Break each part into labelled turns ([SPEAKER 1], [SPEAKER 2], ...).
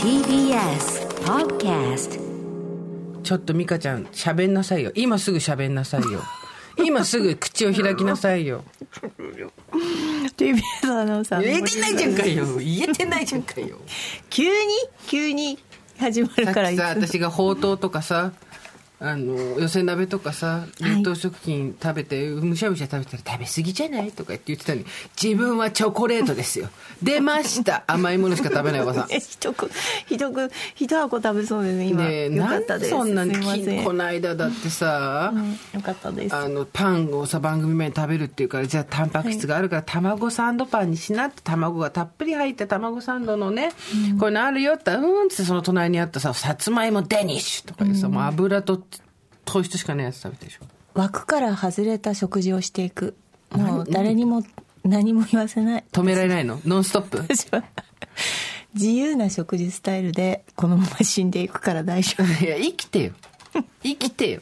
[SPEAKER 1] TBS Podcast
[SPEAKER 2] ちょっと美香ちゃん喋んなさいよ今すぐ喋んなさい よ今すぐ口を開きなさいよ
[SPEAKER 3] TBS アナウンサーの
[SPEAKER 2] 言え
[SPEAKER 3] 森
[SPEAKER 2] て
[SPEAKER 3] 田
[SPEAKER 2] ないじゃんかよ言えてないじゃんかよ
[SPEAKER 3] 急に急に始ま る
[SPEAKER 2] さっ
[SPEAKER 3] から
[SPEAKER 2] きさ私がほうとうとかさあの寄せ鍋とかさ冷凍食品食べて、むしゃむしゃ食べたら食べ過ぎじゃないとか言って言ってたのに自分はチョコレートですよ出ました甘いものしか食べないおばさん
[SPEAKER 3] え一く一く一箱食べそうです ね今、
[SPEAKER 2] ねえ
[SPEAKER 3] よか
[SPEAKER 2] な
[SPEAKER 3] っ
[SPEAKER 2] ん
[SPEAKER 3] た
[SPEAKER 2] で
[SPEAKER 3] です
[SPEAKER 2] そんな
[SPEAKER 3] すいま
[SPEAKER 2] き
[SPEAKER 3] せん
[SPEAKER 2] この間だってさ、
[SPEAKER 3] よかったです
[SPEAKER 2] あのパンをさ番組前に食べるっていうからじゃあタンパク質があるから、卵サンドパンにしなって卵がたっぷり入った卵サンドのね、こういうのあるよって言ったらうーんっつってその隣にあったささつまいもデニッシュとかいうさ、もう油と糖質しかないやつ食べてるでしょ
[SPEAKER 3] 枠から外れた食事をしていくもう誰にも何も言わせない
[SPEAKER 2] 止められないのノンストップ
[SPEAKER 3] 私は自由な食事スタイルでこのまま死んでいくから大丈夫
[SPEAKER 2] いや生きてよ 生きてよ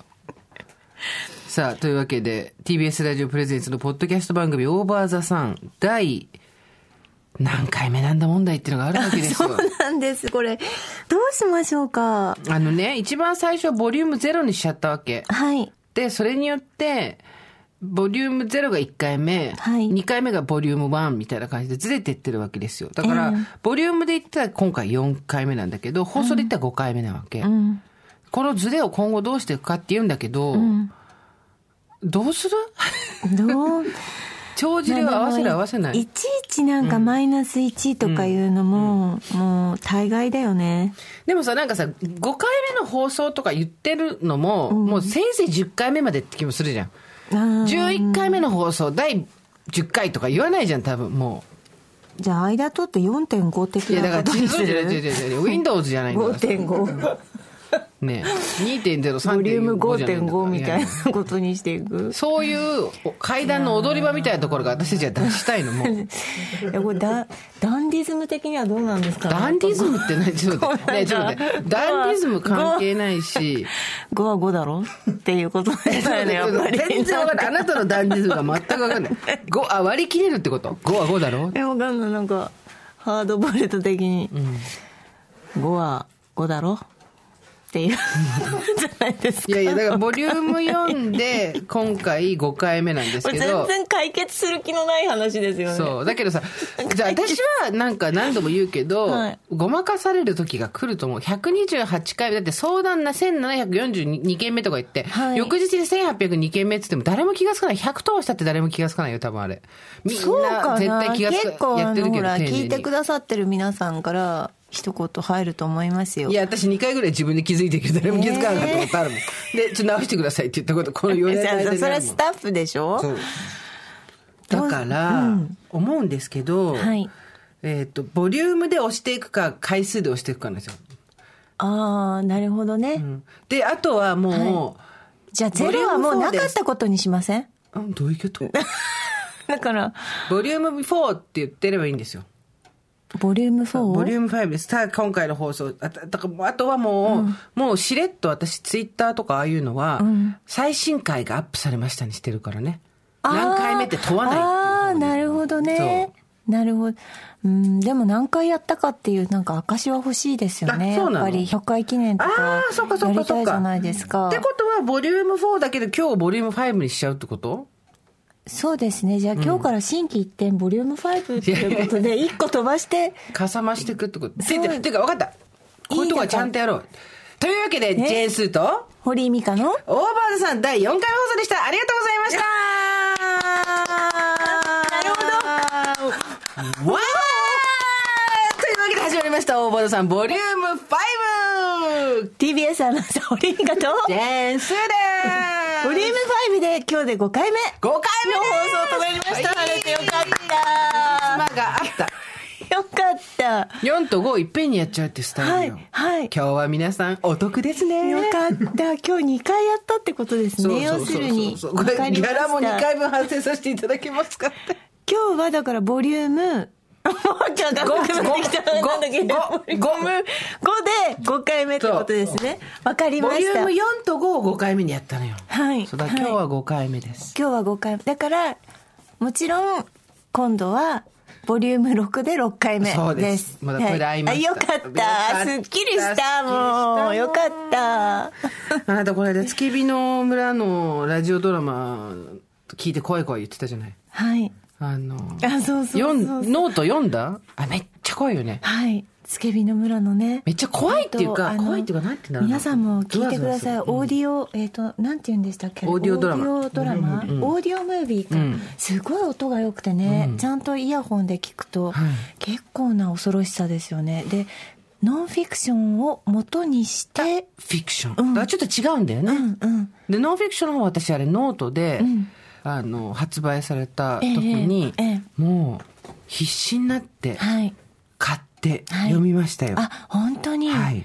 [SPEAKER 2] さあというわけで TBS ラジオプレゼンツのポッドキャスト番組「オーバー・ザ・サン」第何回目なんだ問題っていうのがあるわけ ですよ
[SPEAKER 3] なんですこれどうしましょうか
[SPEAKER 2] あのね一番最初はボリュームゼロにしちゃったわけ
[SPEAKER 3] はい
[SPEAKER 2] でそれによってボリュームゼロが1回目、
[SPEAKER 3] はい
[SPEAKER 2] 2回目がボリューム1みたいな感じでずれてってるわけですよだから、
[SPEAKER 3] ええ
[SPEAKER 2] ボリュームで言ったら今回4回目なんだけど放送で言ったら5回目なわけ、
[SPEAKER 3] うん
[SPEAKER 2] このズレを今後どうしていくかって言うんだけど、どうする
[SPEAKER 3] どう
[SPEAKER 2] 帳尻を合わせる合わせない
[SPEAKER 3] いちいちなんかマイナス1とかいうのも、もう大概だよね
[SPEAKER 2] でもさなんかさ5回目の放送とか言ってるのも、もうせいぜい10回目までって気もするじゃん
[SPEAKER 3] あー
[SPEAKER 2] 11回目の放送第10回とか言わないじゃん多分も
[SPEAKER 3] じゃあ間取って4.5的
[SPEAKER 2] ういやだか
[SPEAKER 3] な
[SPEAKER 2] ら
[SPEAKER 3] ことにす
[SPEAKER 2] 違う違う
[SPEAKER 3] る
[SPEAKER 2] 違う違 う Windows じゃないんだからさ
[SPEAKER 3] 5.5
[SPEAKER 2] ね2.03.5
[SPEAKER 3] ボリュー
[SPEAKER 2] じゃない
[SPEAKER 3] ム
[SPEAKER 2] んだから
[SPEAKER 3] 5.5みたい
[SPEAKER 2] や
[SPEAKER 3] なことにしていく
[SPEAKER 2] そういう階段の踊り場みたいなところが私たちは出したいのもう
[SPEAKER 3] いやこれダダンディズム的にはどうなんですかね
[SPEAKER 2] ダンディズムって何ちょっと待って、 ね、ちょっと待ってダンディズム関係ないし
[SPEAKER 3] 5は5だろっていうことですよねやっぱり
[SPEAKER 2] 全然わかんないあなたのダンディズムが全くわかんない5あ割り切れるってこと5は5だろ
[SPEAKER 3] えわかんないなんかハードボイルド的に、5は5だろっていうじゃないです
[SPEAKER 2] い
[SPEAKER 3] か
[SPEAKER 2] やいやだからボリューム4で今回5回目なんです
[SPEAKER 3] こ れ
[SPEAKER 2] け
[SPEAKER 3] 全
[SPEAKER 2] ど
[SPEAKER 3] 然解決する気のない話ですよね
[SPEAKER 2] そうだけどさじゃあ私はなんか何度も言うけど、
[SPEAKER 3] はい
[SPEAKER 2] ごまかされる時が来ると思う128回だって相談な1742件目とか言って、
[SPEAKER 3] はい
[SPEAKER 2] 翌日に1802件目っつっても誰も気がつかない100通したって誰も気がつかないよ多分あれみん
[SPEAKER 3] そう
[SPEAKER 2] な
[SPEAKER 3] か
[SPEAKER 2] 絶
[SPEAKER 3] な
[SPEAKER 2] 対気がつ
[SPEAKER 3] 結構
[SPEAKER 2] かや
[SPEAKER 3] あ
[SPEAKER 2] って
[SPEAKER 3] の
[SPEAKER 2] る
[SPEAKER 3] ほ
[SPEAKER 2] けど
[SPEAKER 3] ら
[SPEAKER 2] 丁寧
[SPEAKER 3] 聞いて
[SPEAKER 2] に
[SPEAKER 3] くださってる皆さんから一言入ると思いますよ
[SPEAKER 2] いや私2回ぐらい自分で気づいてるけど誰も気づかなかったことあるもん、でちょっと直してくださいって言ったことこの4
[SPEAKER 3] じ
[SPEAKER 2] 年の
[SPEAKER 3] ゃあ
[SPEAKER 2] 間にあるもん
[SPEAKER 3] それはスタッフでしょ
[SPEAKER 2] そうだから、思うんですけど、
[SPEAKER 3] はい
[SPEAKER 2] えー、とボリュームで押していくか回数で押していくかなんですよ、
[SPEAKER 3] ああなるほどね、
[SPEAKER 2] うんであとはも
[SPEAKER 3] じゃあゼロはもうなかったことにしません
[SPEAKER 2] う、うんどういうこと
[SPEAKER 3] だから
[SPEAKER 2] ボリューム4って言ってればいいんですよ
[SPEAKER 3] ボリューム
[SPEAKER 2] ボ
[SPEAKER 3] 4?
[SPEAKER 2] リューム5ですさあ今回の放送あただからあとはもう、もうしれっと私ツイッターとかああいうのは、最新回がアップされましたにしてるからね何回目って問わないっていう
[SPEAKER 3] ああーなるほどねなるほどうんでも何回やったかっていうなんか証は欲しいですよね
[SPEAKER 2] あそうな
[SPEAKER 3] やっ
[SPEAKER 2] の
[SPEAKER 3] ぱり100回記念と
[SPEAKER 2] あ
[SPEAKER 3] か
[SPEAKER 2] あそっかそっ
[SPEAKER 3] やり
[SPEAKER 2] か
[SPEAKER 3] た
[SPEAKER 2] そっ
[SPEAKER 3] いじ
[SPEAKER 2] か
[SPEAKER 3] ゃないですか
[SPEAKER 2] ってことはボリューム4だけど今日ボリューム5にしちゃうってこと
[SPEAKER 3] そうですねじゃあ今日から新規一点ボリューム5ということで1個飛ばして
[SPEAKER 2] かさ増していくってこと
[SPEAKER 3] そう
[SPEAKER 2] てててか分かったこういうとこはちゃんとやろうというわけでジ
[SPEAKER 3] ね
[SPEAKER 2] ェーンスーと
[SPEAKER 3] 堀井美香の
[SPEAKER 2] オーバーズさん第4回放送でしたありがとうございましたなるほどわーというわけで始まりましたオーバーズさんボリューム5
[SPEAKER 3] TBS アナウンサー堀井美香と
[SPEAKER 2] ジェーンスーです
[SPEAKER 3] ボリューム5で今日で5回目
[SPEAKER 2] 5回目の
[SPEAKER 3] 放送となりました晴れてよかった
[SPEAKER 2] 妻があった
[SPEAKER 3] よかった
[SPEAKER 2] 4と5をいっぺんにやっちゃうってスタイルよ、
[SPEAKER 3] はいはい
[SPEAKER 2] 今日は皆さんお得ですね
[SPEAKER 3] よかった今日2回やったってことですね要するに
[SPEAKER 2] そうそうそうそうこれギャラも2回分反省させていただけますかって
[SPEAKER 3] 今日はだからボリュームもうちょっと
[SPEAKER 2] ご
[SPEAKER 3] ごめんなさい
[SPEAKER 2] ご
[SPEAKER 3] なんだっけ
[SPEAKER 2] ごご
[SPEAKER 3] 5で5回目ってことですねわかり
[SPEAKER 2] ボ
[SPEAKER 3] ま
[SPEAKER 2] リ
[SPEAKER 3] し
[SPEAKER 2] ュ
[SPEAKER 3] た
[SPEAKER 2] ーム
[SPEAKER 3] 今
[SPEAKER 2] 4と5を5回目にやったのよ
[SPEAKER 3] はい
[SPEAKER 2] そうだ今日は5回目です、
[SPEAKER 3] 日は5回目だからもちろん今度はボリューム6で6回目です。
[SPEAKER 2] そうですまだこれで会いました
[SPEAKER 3] はあよかった。すっきりした、もう。
[SPEAKER 2] よ
[SPEAKER 3] よ
[SPEAKER 2] か
[SPEAKER 3] か
[SPEAKER 2] っ
[SPEAKER 3] った。
[SPEAKER 2] あなたこれで月日の村のラジオドラマ聞いて怖い怖い言ってたじゃない
[SPEAKER 3] はい。
[SPEAKER 2] あの
[SPEAKER 3] あ、そうそう
[SPEAKER 2] 読
[SPEAKER 3] そ
[SPEAKER 2] ん
[SPEAKER 3] うそう。
[SPEAKER 2] ノート読んだあめっちゃ怖いよね
[SPEAKER 3] はい。つけびの村のね。
[SPEAKER 2] めっちゃ怖いっていうか
[SPEAKER 3] あの
[SPEAKER 2] 怖いっていうかなんていうんだろうな
[SPEAKER 3] 皆さんも聞いてくだ
[SPEAKER 2] ゾ
[SPEAKER 3] さい。
[SPEAKER 2] ワゾ
[SPEAKER 3] オ
[SPEAKER 2] ワ
[SPEAKER 3] ーディオ、えっ、と、なんて言うんでしたっけ
[SPEAKER 2] オーディオドラマ
[SPEAKER 3] オーディオドラマ、オーディオムービーか、
[SPEAKER 2] うん
[SPEAKER 3] すごい音が良くてね、ちゃんとイヤホンで聞くと、結構な恐ろしさですよね。で、ノンフィクションを元にして、
[SPEAKER 2] フィクション、だからちょっと違うんだよね、
[SPEAKER 3] うんうん。
[SPEAKER 2] でノンフィクションの方は私あれノートで、
[SPEAKER 3] ん
[SPEAKER 2] あの発売された時に、
[SPEAKER 3] えええ
[SPEAKER 2] もう必死になって
[SPEAKER 3] はい。
[SPEAKER 2] 買って
[SPEAKER 3] はい
[SPEAKER 2] 読みましたよ、
[SPEAKER 3] あ、本当に、
[SPEAKER 2] はい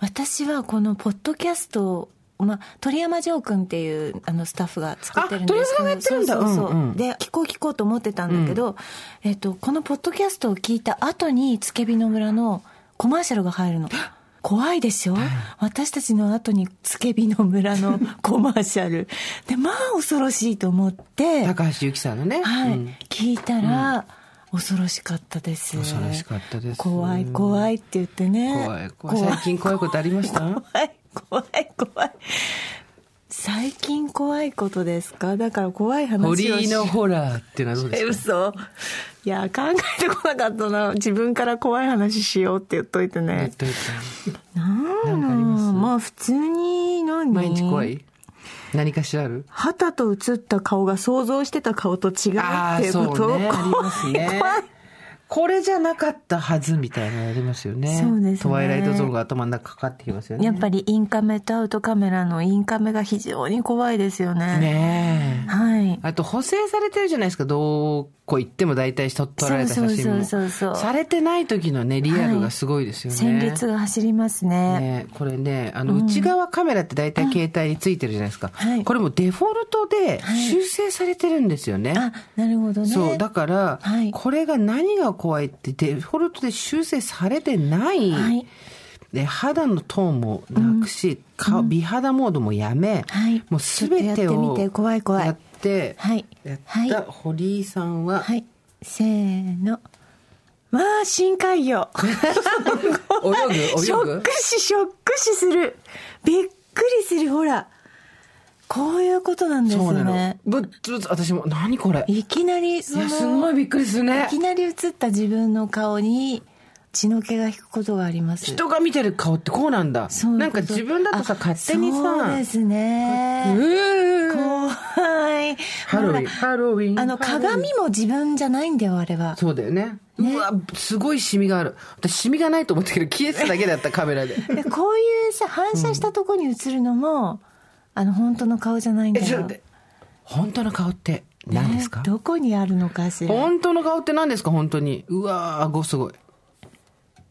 [SPEAKER 3] 私はこのポッドキャストを、まあ、鳥山城君っていうあのスタッフが作ってるんです
[SPEAKER 2] あ鳥山さんがやってるんだ
[SPEAKER 3] そうそうそう
[SPEAKER 2] うんうん
[SPEAKER 3] で聞こう聞こうと思ってたんだけど、えっと、このポッドキャストを聞いた後につけびの村のコマーシャルが入るの怖いでしょ私たちの後につけびの 村のコマーシャルでまあ恐ろしいと思って
[SPEAKER 2] 高橋由紀さんのね、
[SPEAKER 3] はい、
[SPEAKER 2] うん
[SPEAKER 3] 聞いたら、恐ろしかったです
[SPEAKER 2] 恐ろしかったです
[SPEAKER 3] 怖い怖いって言ってね
[SPEAKER 2] 怖い怖い最近怖いことありました
[SPEAKER 3] 怖い怖い怖い最近怖いことですかだから怖い話をし
[SPEAKER 2] 堀井のホラーっていうのはどうで
[SPEAKER 3] え
[SPEAKER 2] すか
[SPEAKER 3] 嘘いや考えてこなかったな自分から怖い話しようって言っといて
[SPEAKER 2] 言っ
[SPEAKER 3] ね
[SPEAKER 2] といて
[SPEAKER 3] なんだろ
[SPEAKER 2] な
[SPEAKER 3] う
[SPEAKER 2] んかあります
[SPEAKER 3] まあ普通に何
[SPEAKER 2] 毎日怖い何かしらある
[SPEAKER 3] 肌と映った顔が想像してた顔と違う
[SPEAKER 2] あ
[SPEAKER 3] っ
[SPEAKER 2] あ
[SPEAKER 3] ていう
[SPEAKER 2] そ
[SPEAKER 3] こと
[SPEAKER 2] うねあり
[SPEAKER 3] 怖
[SPEAKER 2] ます
[SPEAKER 3] い
[SPEAKER 2] ね
[SPEAKER 3] 怖い
[SPEAKER 2] これじゃなかったはずみたいなのありますよね
[SPEAKER 3] そうですね
[SPEAKER 2] トワイライトゾーンが頭の中かかってきますよね
[SPEAKER 3] やっぱりインカメとアウトカメラのインカメが非常に怖いですよね。
[SPEAKER 2] ねえ
[SPEAKER 3] はい。
[SPEAKER 2] あと補正されてるじゃないですかどこ行っても大体撮撮られた写真も
[SPEAKER 3] そうそうそうそう
[SPEAKER 2] されてない時のねリアルがすごいですよね、
[SPEAKER 3] 戦列が走りますね。
[SPEAKER 2] ね、これねあの内側カメラって大体携帯についてるじゃないですか、
[SPEAKER 3] はい
[SPEAKER 2] これもデフォルトで修正されてるんですよね、
[SPEAKER 3] あ、なるほどね。
[SPEAKER 2] そうだから、
[SPEAKER 3] はい
[SPEAKER 2] これが何が怖いってデフォルトで修正されてない、
[SPEAKER 3] はい。
[SPEAKER 2] で肌のトーンもなくし、顔美肌モードもやめ、
[SPEAKER 3] はい
[SPEAKER 2] もう全て
[SPEAKER 3] ちょっとやっ
[SPEAKER 2] を
[SPEAKER 3] てみて怖い怖い
[SPEAKER 2] やって
[SPEAKER 3] はい
[SPEAKER 2] やっ
[SPEAKER 3] はい
[SPEAKER 2] た堀井さんは、
[SPEAKER 3] はい。せーの。まあ、深海魚。
[SPEAKER 2] 泳ぐ
[SPEAKER 3] シ
[SPEAKER 2] 泳
[SPEAKER 3] ョッ
[SPEAKER 2] ぐ
[SPEAKER 3] ク死、ショック死する。びっくりする、ほら。こういうことなんです
[SPEAKER 2] そうなの
[SPEAKER 3] ね。
[SPEAKER 2] ぶっつぶつ私も何これい
[SPEAKER 3] いきなり、そ
[SPEAKER 2] やすご
[SPEAKER 3] の、
[SPEAKER 2] いびっくりするね
[SPEAKER 3] いきなり映った自分の顔に血の気が引くことがあります。
[SPEAKER 2] 人が見てる顔ってこうなんだ
[SPEAKER 3] そういうこと
[SPEAKER 2] なんか自分だとさ
[SPEAKER 3] あ
[SPEAKER 2] 勝手にさ
[SPEAKER 3] そうです
[SPEAKER 2] う
[SPEAKER 3] ね
[SPEAKER 2] ー
[SPEAKER 3] 怖い
[SPEAKER 2] ハロウィン
[SPEAKER 3] ほら
[SPEAKER 2] ハロウィン
[SPEAKER 3] あの
[SPEAKER 2] ハロウィン
[SPEAKER 3] 鏡も自分じゃないんだよあれは
[SPEAKER 2] そうだよねうわすごいシミがある私シミがないと思ったけど消えてただけだったカメラで
[SPEAKER 3] でこういうさ反射したとこに映るのも、あの本当の顔じゃないん
[SPEAKER 2] え
[SPEAKER 3] だよ
[SPEAKER 2] ちょっと待って本当の顔って何ですか、
[SPEAKER 3] ねどこにあるのかしら
[SPEAKER 2] 本当の顔って何ですか本当にうわー顎すごい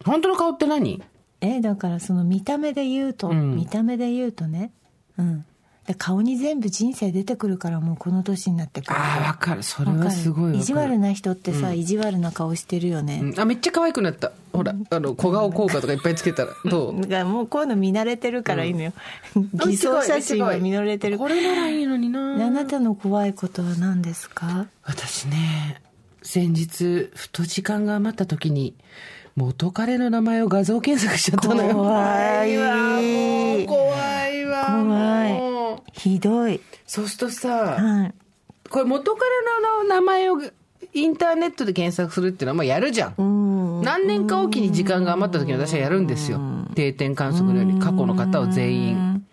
[SPEAKER 2] 本当の顔って何
[SPEAKER 3] えだからその見た目で言うと、
[SPEAKER 2] ん
[SPEAKER 3] 見た目で言うとねうんで顔に全部人生出てくるからもうこの年になってくる
[SPEAKER 2] ああわかるそれはすごいわかる
[SPEAKER 3] 意地悪な人ってさ、意地悪な顔してるよね、
[SPEAKER 2] うんあめっちゃ可愛くなったほらあの小顔効果とかいっぱいつけたらどう
[SPEAKER 3] だからもうこういうの見慣れてるからいいのよ、偽装写真は見慣れてる
[SPEAKER 2] これならいいのに
[SPEAKER 3] であ
[SPEAKER 2] な
[SPEAKER 3] なたの怖いことは何ですか
[SPEAKER 2] 私ね先日ふと時間が余った時に元彼の名前を画像検索しちゃったのよ
[SPEAKER 3] 怖い
[SPEAKER 2] わもう怖いわ
[SPEAKER 3] 怖い
[SPEAKER 2] もう
[SPEAKER 3] ひどい、
[SPEAKER 2] そうするとさ
[SPEAKER 3] はい、
[SPEAKER 2] これ元彼の名前をインターネットで検索するっていうのはもうやるじゃん
[SPEAKER 3] うん
[SPEAKER 2] 何年かおきに時間が余った時に私はやるんですよ定点観測のように過去の方を全員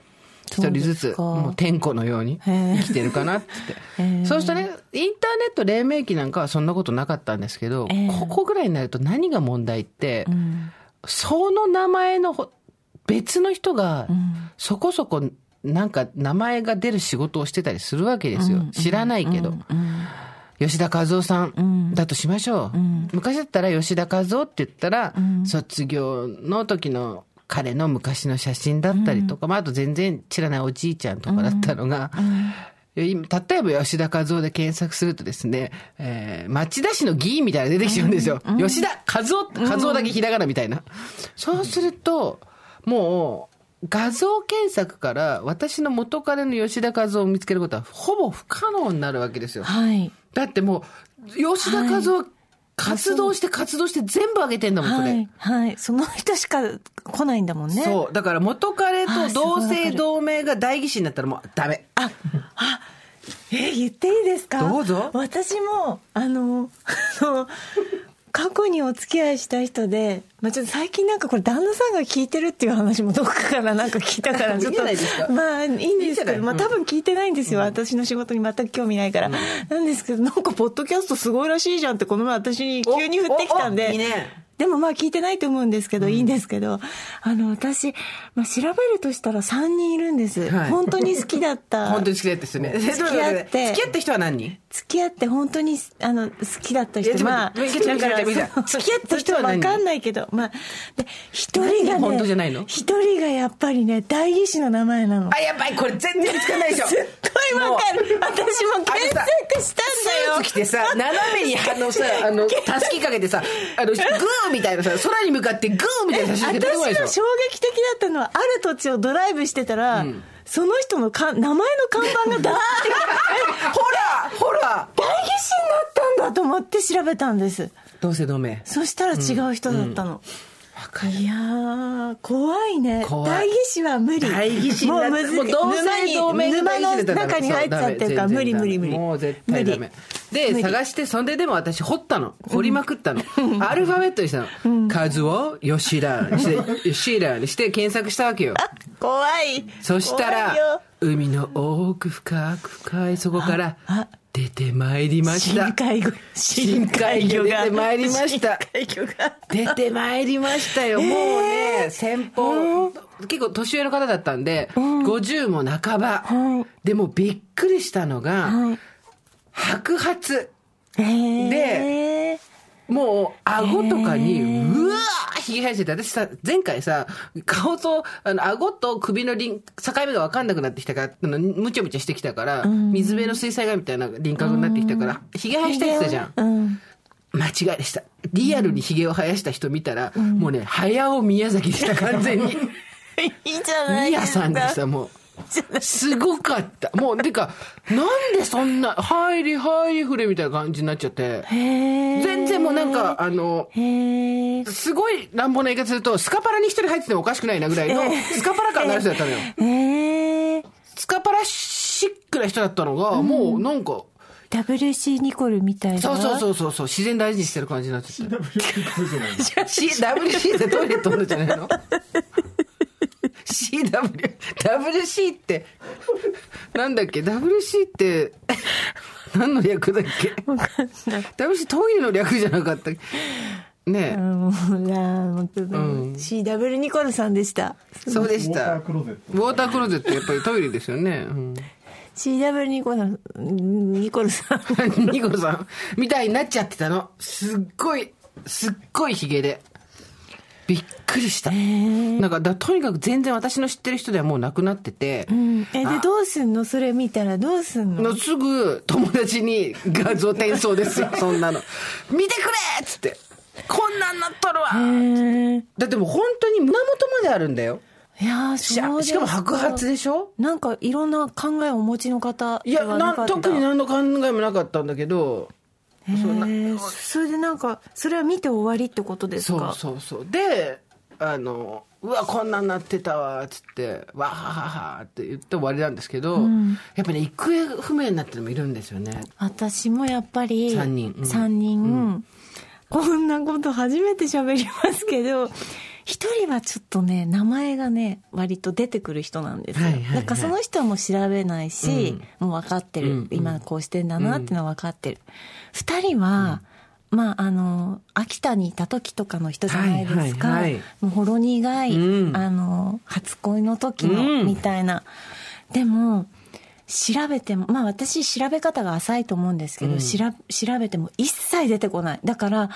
[SPEAKER 2] 一人ず
[SPEAKER 3] そうで
[SPEAKER 2] つ
[SPEAKER 3] すか
[SPEAKER 2] もう天候のように
[SPEAKER 3] へえ
[SPEAKER 2] 生きてるかなって
[SPEAKER 3] へえ
[SPEAKER 2] そうしたねインターネット黎明期なんかはそんなことなかったんですけど
[SPEAKER 3] ええ
[SPEAKER 2] ここぐらいになると何が問題って
[SPEAKER 3] うん
[SPEAKER 2] その名前のほ別の人が
[SPEAKER 3] ん
[SPEAKER 2] そこそこなんか名前が出る仕事をしてたりするわけですよ知らないけど。
[SPEAKER 3] うん
[SPEAKER 2] 吉田和夫さんだとしましょう、昔だったら吉田和夫って言ったら、卒業の時の彼の昔の写真だったりとか、まあ、あと全然知らないおじいちゃんとかだったのが、今例えば吉田和夫で検索するとですね、えー町田市の議員みたいなの出てきちゃうんですよ、吉田和夫和夫だけひらがなみたいな、そうするともう画像検索から私の元彼の吉田和夫を見つけることはほぼ不可能になるわけですよ
[SPEAKER 3] はい
[SPEAKER 2] だってもう吉田和夫活動して活動して全部あげてんだもん、それ。
[SPEAKER 3] はい、はい。その人しか来ないんだもんね。
[SPEAKER 2] そう。だから元彼
[SPEAKER 3] あ
[SPEAKER 2] と
[SPEAKER 3] ーすごい
[SPEAKER 2] 同
[SPEAKER 3] わか
[SPEAKER 2] 姓
[SPEAKER 3] る
[SPEAKER 2] 同名が代議士になったらもうダメ。
[SPEAKER 3] あ、あ、え、言っていいですか
[SPEAKER 2] どうぞ
[SPEAKER 3] 私も、あの、あの、過去にお付き合いした人で、まあ、ちょっと最近なんかこれ旦那さんが聞いてるっていう話もどっかから なんか聞いたから
[SPEAKER 2] いい
[SPEAKER 3] ち
[SPEAKER 2] じ
[SPEAKER 3] ょ
[SPEAKER 2] ゃ
[SPEAKER 3] っと
[SPEAKER 2] ないですか
[SPEAKER 3] まあいいんですけど
[SPEAKER 2] いいじゃない
[SPEAKER 3] まあ、多分聞いてないんですよ、私の仕事に全く興味ないから、なんですけどなんかポッドキャストすごいらしいじゃんってこの前私に急に降ってきたん
[SPEAKER 2] おお
[SPEAKER 3] で
[SPEAKER 2] おいいね
[SPEAKER 3] でもまあ聞いてないと思うんですけど、いいんですけどあの私、まあ、調べるとしたら3人いるんです、
[SPEAKER 2] はい
[SPEAKER 3] 本当に好きだった
[SPEAKER 2] 本当に付き合ってですね。
[SPEAKER 3] 付き合って
[SPEAKER 2] 付き合った人は何人
[SPEAKER 3] 付き合って本当にあの好きだった
[SPEAKER 2] いやち
[SPEAKER 3] 人
[SPEAKER 2] ょっと
[SPEAKER 3] まあ
[SPEAKER 2] ちょっと
[SPEAKER 3] だから
[SPEAKER 2] ちょっとちょっと
[SPEAKER 3] そう
[SPEAKER 2] 付き
[SPEAKER 3] 付
[SPEAKER 2] 合っ
[SPEAKER 3] き合ったた
[SPEAKER 2] 人
[SPEAKER 3] 人
[SPEAKER 2] は
[SPEAKER 3] は
[SPEAKER 2] 何
[SPEAKER 3] 分かんないけどまあで一人が
[SPEAKER 2] 何
[SPEAKER 3] ね
[SPEAKER 2] が本当じゃないの
[SPEAKER 3] 一人がやっぱりね代議士の名前なの
[SPEAKER 2] あ、やばい、これ全然見つかんないでしょ。
[SPEAKER 3] すっごい分かる私も
[SPEAKER 2] あれ
[SPEAKER 3] 検
[SPEAKER 2] さ
[SPEAKER 3] 索したんだ
[SPEAKER 2] スーツ
[SPEAKER 3] よ
[SPEAKER 2] 着て さ、斜めにあのさ、あの、たすきかけてさ、あの、グーみたいなさ、空に向かってグーみたいな写真出てこない
[SPEAKER 3] 私
[SPEAKER 2] で
[SPEAKER 3] の
[SPEAKER 2] し
[SPEAKER 3] 衝
[SPEAKER 2] ょ。
[SPEAKER 3] 撃的だったのはある土地をドライブしてたら、その人のか名前の看板がダーッて
[SPEAKER 2] ほらほら
[SPEAKER 3] 代議士になったんだと思って調べたんです
[SPEAKER 2] 同姓同名。
[SPEAKER 3] そしたら違う人だったの、いやー怖いね
[SPEAKER 2] 怖い
[SPEAKER 3] 代議士は無理
[SPEAKER 2] 代議士に
[SPEAKER 3] も
[SPEAKER 2] な
[SPEAKER 3] う
[SPEAKER 2] っ
[SPEAKER 3] むず
[SPEAKER 2] もう同
[SPEAKER 3] 沼
[SPEAKER 2] 姓
[SPEAKER 3] に
[SPEAKER 2] 同名が代
[SPEAKER 3] 沼
[SPEAKER 2] 議士
[SPEAKER 3] の
[SPEAKER 2] でたら
[SPEAKER 3] 中に入っちゃってるから
[SPEAKER 2] そう
[SPEAKER 3] 無理
[SPEAKER 2] ダメ
[SPEAKER 3] 無理
[SPEAKER 2] 全
[SPEAKER 3] 無理
[SPEAKER 2] 然もう絶対ダメで
[SPEAKER 3] 無理
[SPEAKER 2] 探してそんででも私掘ったの掘りまくったのアルファベットにしたの「カズオ吉田」にして「吉田」にして検索したわけよ
[SPEAKER 3] 怖い
[SPEAKER 2] そした
[SPEAKER 3] 怖いよ
[SPEAKER 2] ら海の奥深く深いそこから
[SPEAKER 3] ああ
[SPEAKER 2] 出てまいりました
[SPEAKER 3] 深海魚深海魚が
[SPEAKER 2] 出てまいりました
[SPEAKER 3] 深海魚が
[SPEAKER 2] 出てまいりましたよ、もうね先方、結構年上の方だったんで、50も半ば、
[SPEAKER 3] は
[SPEAKER 2] でもびっくりしたのが、
[SPEAKER 3] はい
[SPEAKER 2] 白髪
[SPEAKER 3] えー
[SPEAKER 2] でもう顎とかに、うわーひげ生えてて私さ前回さ顔とあの顎と首の輪境目が分かんなくなってきたからあのむちゃむちゃしてきたから、水辺の水彩画みたいな輪郭になってきたからひげ生やしたやつじゃん、
[SPEAKER 3] うん
[SPEAKER 2] 間違いでした。リアルにヒゲを生やした人見たら、もうね、早尾宮崎でした、完全に。
[SPEAKER 3] いいじゃないで
[SPEAKER 2] 宮
[SPEAKER 3] すか
[SPEAKER 2] さんでした、もう。すごかった。もう、てか、なんでそんな、入り入りふれみたいな感じになっちゃって。
[SPEAKER 3] へー
[SPEAKER 2] 全然もうなんか、あの、
[SPEAKER 3] へー
[SPEAKER 2] すごい乱暴な言い方すると、スカパラに一人入っててもおかしくないなぐらいの、スカパラ感のある人だったのよ。
[SPEAKER 3] へー
[SPEAKER 2] スカパラシックな人だったのが、もうなんか、
[SPEAKER 3] WC ニコルみたいな
[SPEAKER 2] そうそうそうそうそう、自然大事にしてる感じになっちゃって。C、WC ってトイレ飛るじゃないの ?CW、WC って、なんだっけ ?WC って、何の略だっけ ?WC トイレの略じゃなかったっけねえ、
[SPEAKER 3] もうな本当だ、CW ニコルさんでした
[SPEAKER 2] そうで
[SPEAKER 4] ウォ
[SPEAKER 2] し
[SPEAKER 4] ーター
[SPEAKER 2] た。
[SPEAKER 4] クローゼッ
[SPEAKER 2] ウォータークローゼットやっぱりトイレですよね。うん
[SPEAKER 3] CW ニコルさんニコルさ ん
[SPEAKER 2] ニコさん、みたいになっちゃってたの。すっごい、すっごいヒゲで。びっくりした。なんか、だとにかく全然私の知ってる人ではもうなくなってて。
[SPEAKER 3] えでどうすんのそれ見たらどうすんの
[SPEAKER 2] のすぐ友達に画像転送です よ、そんなの。見てくれっつって。こんなんなっとるわ
[SPEAKER 3] へえ
[SPEAKER 2] だってもう本当に胸元まであるんだよ。
[SPEAKER 3] いやー
[SPEAKER 2] し
[SPEAKER 3] そうです
[SPEAKER 2] しかも白髪でしょ
[SPEAKER 3] なんかいろんな考えをお持ちの方
[SPEAKER 2] い
[SPEAKER 3] で
[SPEAKER 2] や
[SPEAKER 3] はな
[SPEAKER 2] な
[SPEAKER 3] かった
[SPEAKER 2] 特に何の考えもなかったんだけど。
[SPEAKER 3] へえそれでなんかそれは見て終わりってことです
[SPEAKER 2] そ
[SPEAKER 3] か
[SPEAKER 2] うそうそう。で、あの、うわ、こんなんなってたわ、つって、わはははって言って終わりなんですけど、やっぱね、行方不明になってるのもいるんですよね。
[SPEAKER 3] 私もやっぱり
[SPEAKER 2] 三人うん
[SPEAKER 3] 三人こんなこと初めて喋りますけど一人はちょっとね名前がね割と出てくる人なんですよ、
[SPEAKER 2] はいはいはい
[SPEAKER 3] だからその人はもう調べないし、もう分かってる、今こうしてんだなっていうのは分かってる、二人は、まああの秋田にいた時とかの人じゃないですか、
[SPEAKER 2] はいはいはい
[SPEAKER 3] もうほろ苦い、
[SPEAKER 2] うん
[SPEAKER 3] あの初恋の時の、
[SPEAKER 2] うん
[SPEAKER 3] みたいなでも調べてもまあ私調べ方が浅いと思うんですけど、しら調べても一切出てこないだから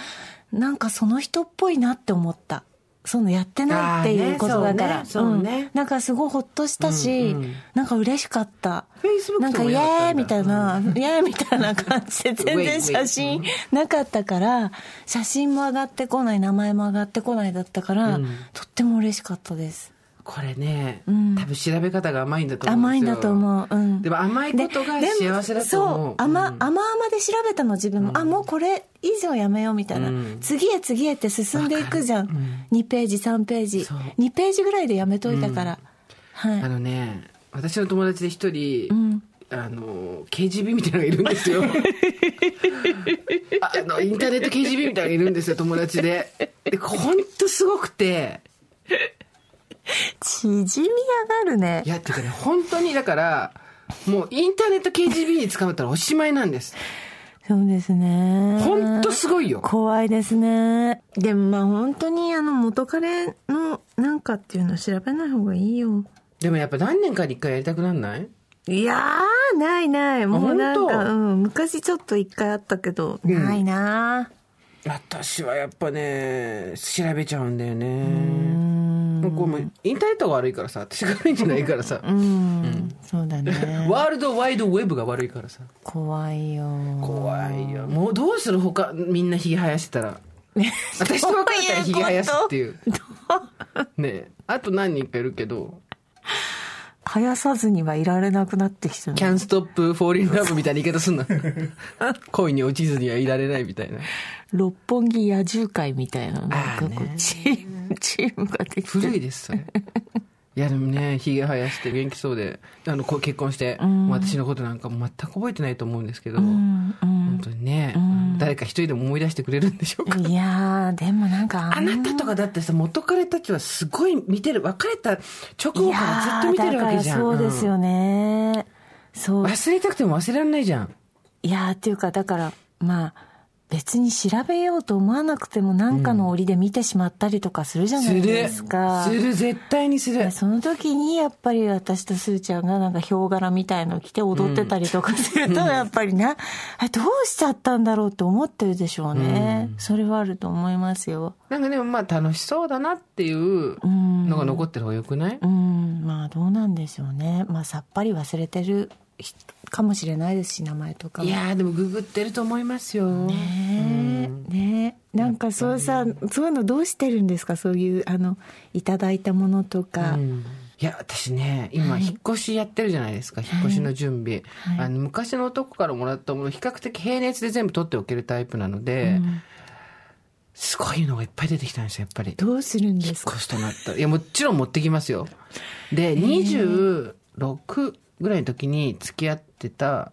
[SPEAKER 3] なんかその人っぽいなって思ったそのやってないっていうことだから、
[SPEAKER 2] あーねそうねそうね
[SPEAKER 3] んなんかすごいほっとしたし、
[SPEAKER 2] うんうん
[SPEAKER 3] なんか嬉しかった。
[SPEAKER 2] Facebook
[SPEAKER 3] なんか
[SPEAKER 2] とも
[SPEAKER 3] イエ
[SPEAKER 2] やったんだ
[SPEAKER 3] ーイみたいな、イエーイみたいな感 じで全然写真なかったから、写真も上がってこない、名前も上がってこないだったから、とっても嬉しかったです。
[SPEAKER 2] これね、
[SPEAKER 3] うん
[SPEAKER 2] 多分調べ方が甘いんだと思う
[SPEAKER 3] 甘い
[SPEAKER 2] ん
[SPEAKER 3] ん
[SPEAKER 2] ですよ
[SPEAKER 3] だと思う、うん、
[SPEAKER 2] でも甘いことが
[SPEAKER 3] ででも
[SPEAKER 2] 幸せだと思う
[SPEAKER 3] そう甘,、甘々で調べたの自分も、あもうこれ以上やめようみたい
[SPEAKER 2] う
[SPEAKER 3] な、
[SPEAKER 2] ん
[SPEAKER 3] 次へ次へって進んでいくじゃ
[SPEAKER 2] わ
[SPEAKER 3] ん、
[SPEAKER 2] かる
[SPEAKER 3] 2ページ3ページ
[SPEAKER 2] そう
[SPEAKER 3] 2ページぐらいでやめといたから、はい
[SPEAKER 2] あのね私の友達で一人、
[SPEAKER 3] ん
[SPEAKER 2] あの KGB みたいなのがいるんです よあのインターネット KGB みたいなのがいるんですよ友達でで本当すごくて
[SPEAKER 3] 縮み上がるね
[SPEAKER 2] いやっていうかね本当にだからもうインターネット KGB に捕まったらおしまいなんです
[SPEAKER 3] そうですね
[SPEAKER 2] 本当すごいよ
[SPEAKER 3] 怖いですねでもまあ本当にあの元彼のなんかっていうの調べない方がいいよ
[SPEAKER 2] でもやっぱ何年かに一回やりたくなんない
[SPEAKER 3] いやーないないもうなん
[SPEAKER 2] 本
[SPEAKER 3] か、
[SPEAKER 2] 当
[SPEAKER 3] うん、昔ちょっと一回あったけど、
[SPEAKER 2] ん
[SPEAKER 3] ないな
[SPEAKER 2] 私はやっぱね調べちゃうんだよねもうこうもうインターネットが悪いからさ私が悪いんじゃないからさ、
[SPEAKER 3] うん、そうだ ね
[SPEAKER 2] ワールドワイドウェブが悪いからさ
[SPEAKER 3] 怖いよ
[SPEAKER 2] 怖いよもうどうする他みんなひげ生やしてた ら私と別れたらひげ生やすっていうねえあと何人かいるけど
[SPEAKER 3] 生やさずにはいられなくなってきてる
[SPEAKER 2] Can't stop falling in love みたいな言い方すんな 恋に落ちずにはいられないみたいな
[SPEAKER 3] 六本木野獣会みたいななん
[SPEAKER 2] あ
[SPEAKER 3] か
[SPEAKER 2] ーね
[SPEAKER 3] こうチーム チームができて
[SPEAKER 2] 古
[SPEAKER 3] る
[SPEAKER 2] いですそれいやでもねひげ生やして元気そうであのこう結婚して、もう私のことなんかも全く覚えてないと思うんですけど、
[SPEAKER 3] うん
[SPEAKER 2] 本当にね、誰か一人でも思い出してくれるんでしょうか
[SPEAKER 3] うんいやーでもなんか
[SPEAKER 2] あなたとかだってさ元彼たちはすごい見てる別れた直後
[SPEAKER 3] いや
[SPEAKER 2] からずっと見てるわけじゃん
[SPEAKER 3] ーだからそうですよね、そ
[SPEAKER 2] うん
[SPEAKER 3] う
[SPEAKER 2] 忘れたくても忘れられないじゃん
[SPEAKER 3] いやーっていうかだからまあ別に調べようと思わなくても何かの折で見てしまったりとかするじゃ
[SPEAKER 2] す
[SPEAKER 3] ない
[SPEAKER 2] る
[SPEAKER 3] ですか、
[SPEAKER 2] する絶対にする
[SPEAKER 3] でその時にやっぱり私とすーちゃんがなんかヒョウ柄みたいの着て踊ってたりとかするとやっぱりな、あどうしちゃったんだろうって思ってるでしょうね、それはあると思いますよ
[SPEAKER 2] なんかでもまあ楽しそうだなっていう
[SPEAKER 3] うん
[SPEAKER 2] のが残ってる方がよくない、
[SPEAKER 3] うんまあどうなんでしょうねまあさっぱり忘れてる人かもしれないですし名前とかも
[SPEAKER 2] いやーでもググってると思いますよ、
[SPEAKER 3] ねえねえなんかそうさそういうのどうしてるんですかそういうあのいただいたものとか、
[SPEAKER 2] うんいや私ね今引っ越しやってるじゃないですか、引っ越しの準備、
[SPEAKER 3] はい
[SPEAKER 2] あの昔の男からもらったもの比較的平熱で全部取っておけるタイプなので、すごいのがいっぱい出てきたんですよやっぱり
[SPEAKER 3] どうするんで
[SPEAKER 2] 引っ
[SPEAKER 3] すか
[SPEAKER 2] 越すとなったらいやもちろん持ってきますよで26ぐらいの時に付き合ってた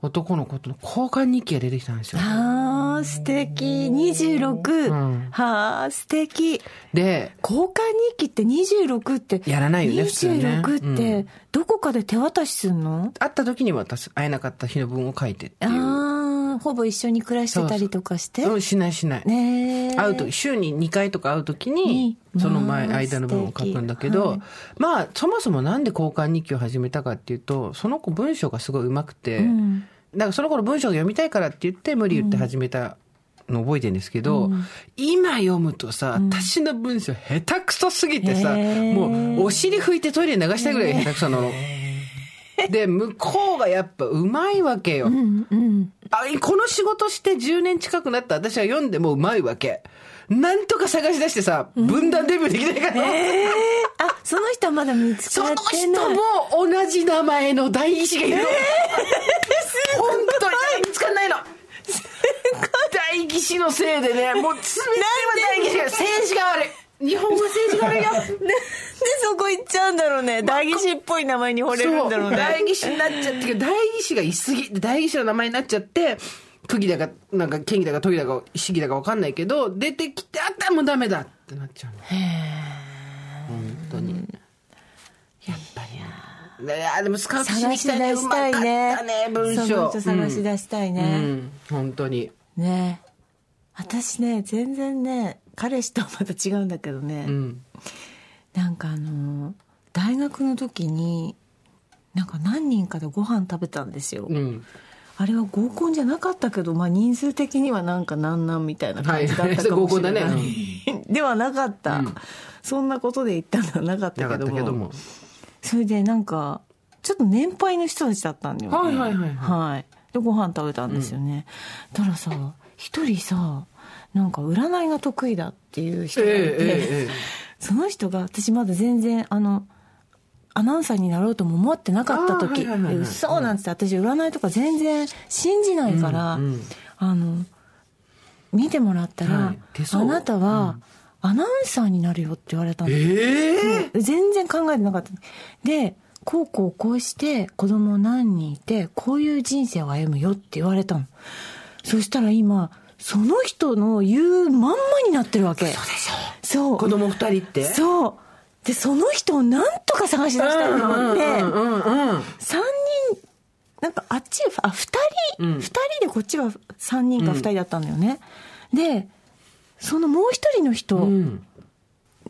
[SPEAKER 2] 男の子との交換日記が出てきたんですよ、
[SPEAKER 3] あー素敵26、
[SPEAKER 2] うん
[SPEAKER 3] はあ素敵
[SPEAKER 2] で
[SPEAKER 3] 交換日記って26って
[SPEAKER 2] やらないよね普通ね
[SPEAKER 3] 26って、
[SPEAKER 2] うん
[SPEAKER 3] どこかで手渡しするの
[SPEAKER 2] 会った時に私会えなかった日の分を書いてっていう
[SPEAKER 3] ああほぼ一緒に暮らしてたりとかして
[SPEAKER 2] うんしないしない
[SPEAKER 3] ねえ
[SPEAKER 2] 会うと週に2回とか会う時に
[SPEAKER 3] に
[SPEAKER 2] その前
[SPEAKER 3] まあ
[SPEAKER 2] 間の部分を書くんだけど、
[SPEAKER 3] 素敵
[SPEAKER 2] まあそもそもなんで交換日記を始めたかっていうとその子文章がすごい上手くて、
[SPEAKER 3] うん
[SPEAKER 2] だからその子の文章が読みたいからって言って無理言って始めたの覚えてるんですけど、今読むとさ私の文章下手くそすぎてさ、
[SPEAKER 3] へー
[SPEAKER 2] もうお尻拭いてトイレ流したいぐらい下手くそなの。で向こうがやっぱうまいわけよ、
[SPEAKER 3] うんうん
[SPEAKER 2] あこの仕事して10年近くなった私は読んでもうまいわけ。なんとか探し出してさ、分断デビューできないかな。
[SPEAKER 3] あその人はまだ見つ
[SPEAKER 2] そ
[SPEAKER 3] かっ
[SPEAKER 2] の
[SPEAKER 3] て
[SPEAKER 2] 人
[SPEAKER 3] ない
[SPEAKER 2] も同じ名前の代議士がいるの。本当に見つかんないの。代議士のせいでね、もう全ては代議士が、政治が悪い。日本は政治が悪いよ。
[SPEAKER 3] なんでそこ行っちゃうんだろうね代議士っぽい名前に惚れるんだろうね
[SPEAKER 2] 代議士になっちゃってけど代議士がいすぎで代議士の名前になっちゃって区議だかなんか県議だか都議だか市議だか分かんないけど出てきてあったらもうダメだってなっちゃうのへ本当にやっぱりないやでもスカウトし
[SPEAKER 3] 探
[SPEAKER 2] に来
[SPEAKER 3] した出
[SPEAKER 2] いねう
[SPEAKER 3] し
[SPEAKER 2] ま
[SPEAKER 3] た
[SPEAKER 2] かっ
[SPEAKER 3] い
[SPEAKER 2] た
[SPEAKER 3] ね
[SPEAKER 2] ね文
[SPEAKER 3] その
[SPEAKER 2] 章
[SPEAKER 3] 人探し出したい
[SPEAKER 2] うんう
[SPEAKER 3] ね、
[SPEAKER 2] ん本当に
[SPEAKER 3] ね私ね全然ね彼氏とはまた違うんだけどね、
[SPEAKER 2] うん
[SPEAKER 3] なんかあの大学の時になんか何人かでご飯食べたんですよ、
[SPEAKER 2] うん
[SPEAKER 3] あれは合コンじゃなかったけど、まあ、人数的にはなんかなんなんみたいな感じだったかもしれない、
[SPEAKER 2] はい
[SPEAKER 3] ではなかった、そんなことで言ったのはなかっ
[SPEAKER 2] なか
[SPEAKER 3] た
[SPEAKER 2] った
[SPEAKER 3] けど
[SPEAKER 2] け
[SPEAKER 3] も
[SPEAKER 2] ども
[SPEAKER 3] それでなんかちょっと年配の人たちだったんだよね
[SPEAKER 2] はいはいはいは
[SPEAKER 3] はいでご飯食べたんですよね、たださ一人さなんか占いが得意だっていう人がいて、
[SPEAKER 2] ええええええ
[SPEAKER 3] その人が私まだ全然あのアナウンサーになろうとも思ってなかった時
[SPEAKER 2] あーはいはいはいはい
[SPEAKER 3] 嘘なんつって私占いとか全然信じないから、
[SPEAKER 2] うんうん
[SPEAKER 3] あの見てもらったら、
[SPEAKER 2] はい手相
[SPEAKER 3] あなたはアナウンサーになるよって言われたの、
[SPEAKER 2] ええ
[SPEAKER 3] 全然考えてなかったでこうこうこうして子供何人いてこういう人生を歩むよって言われたのそしたら今その人の言うまんまになってるわけ
[SPEAKER 2] そうでしょ
[SPEAKER 3] そう
[SPEAKER 2] 子供二人ってう
[SPEAKER 3] そうでその人をなんとか探し出したいと思って、
[SPEAKER 2] んうんうんうん
[SPEAKER 3] 3人なんかあっちあ2人、二
[SPEAKER 2] うん
[SPEAKER 3] 2人でこっちは3人か2人だったんだよね、でそのもう一人の人、
[SPEAKER 2] うん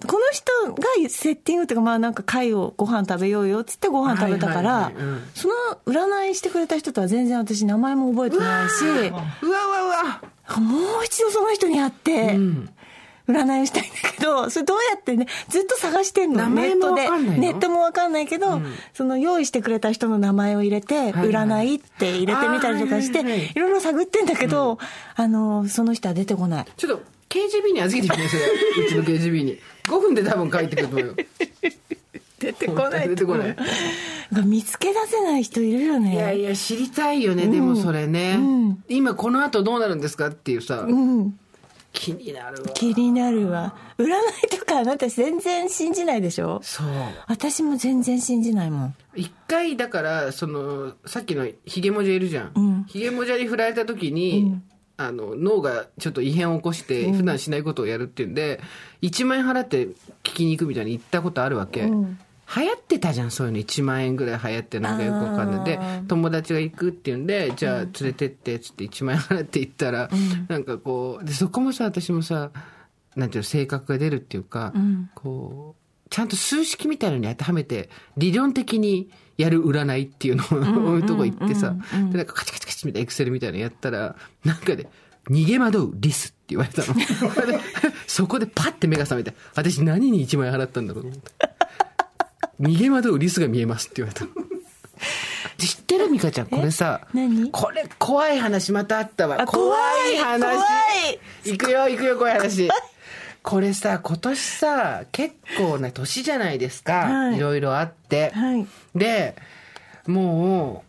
[SPEAKER 3] この人がセッティングというかまあなんか会をご飯食べようよっつってご飯食べたから、
[SPEAKER 2] はいはいはいうん
[SPEAKER 3] その占いしてくれた人とは全然私名前も覚えてないし
[SPEAKER 2] うわうわうわ
[SPEAKER 3] もう一度その人に会って
[SPEAKER 2] うん
[SPEAKER 3] 占いをしたいんだけどそ れどうやってねずっと探してんの
[SPEAKER 2] 名前
[SPEAKER 3] ネッ
[SPEAKER 2] も
[SPEAKER 3] ト
[SPEAKER 2] わ
[SPEAKER 3] で
[SPEAKER 2] かんないの
[SPEAKER 3] ネットもわかんないけど、その用意してくれた人の名前を入れて、
[SPEAKER 2] はい
[SPEAKER 3] 占いって入れてみたりとかして、
[SPEAKER 2] あーはいいはいはい
[SPEAKER 3] ろいろ探ってんだけど、あのその人は出てこない。
[SPEAKER 2] ちょっと KGB に預けてみてそ れうちの KGB に5分で多分帰ってくると思うよ
[SPEAKER 3] 出て
[SPEAKER 2] こない
[SPEAKER 3] 出てこない 見つけ出せない人いるよね
[SPEAKER 2] いやいや知りたいよね、でもそれね、今この後どうなるんですかっていうさ、
[SPEAKER 3] うん
[SPEAKER 2] 気になるわ
[SPEAKER 3] 気になるわ占いとかあなた全然信じないでしょ
[SPEAKER 2] そう
[SPEAKER 3] 私も全然信じないもん
[SPEAKER 2] 一回だからそのさっきのヒゲもじゃいるじゃん、
[SPEAKER 3] ん
[SPEAKER 2] ヒゲもじゃに振られた時に、あの脳がちょっと異変を起こして普段しないことをやるっていうんで、1万円払って聞きに行くみたいに言ったことあるわけ、流行ってたじゃんそういうの1万円ぐらい流行ってなんかよくわかんないで
[SPEAKER 3] あー
[SPEAKER 2] 友達が行くっていうんでじゃあ連れてってっつって1万円払って行ったら、なんかこうでそこもさ私もさなんていうの性格が出るっていうか、こうちゃんと数式みたいのに当てはめて理論的にやる占いっていうのを、いうとこ行ってさ、でなんかカチカチカチみたいなエクセルみたいなのやったらなんかで、逃げ惑うリスって言われ たのでそこでパッて目が覚めて私何に1万円払ったんだろうと思って。逃げ惑うリスが見えますって言われた知ってるミカちゃんこれさ
[SPEAKER 3] 何
[SPEAKER 2] これ怖い話またあったわ
[SPEAKER 3] あ怖い
[SPEAKER 2] 話
[SPEAKER 3] 怖い
[SPEAKER 2] 行くよ行くよ怖い話これさ今年さ結構な年じゃないですか、
[SPEAKER 3] はい
[SPEAKER 2] い、ろいろあって、
[SPEAKER 3] はい
[SPEAKER 2] でもう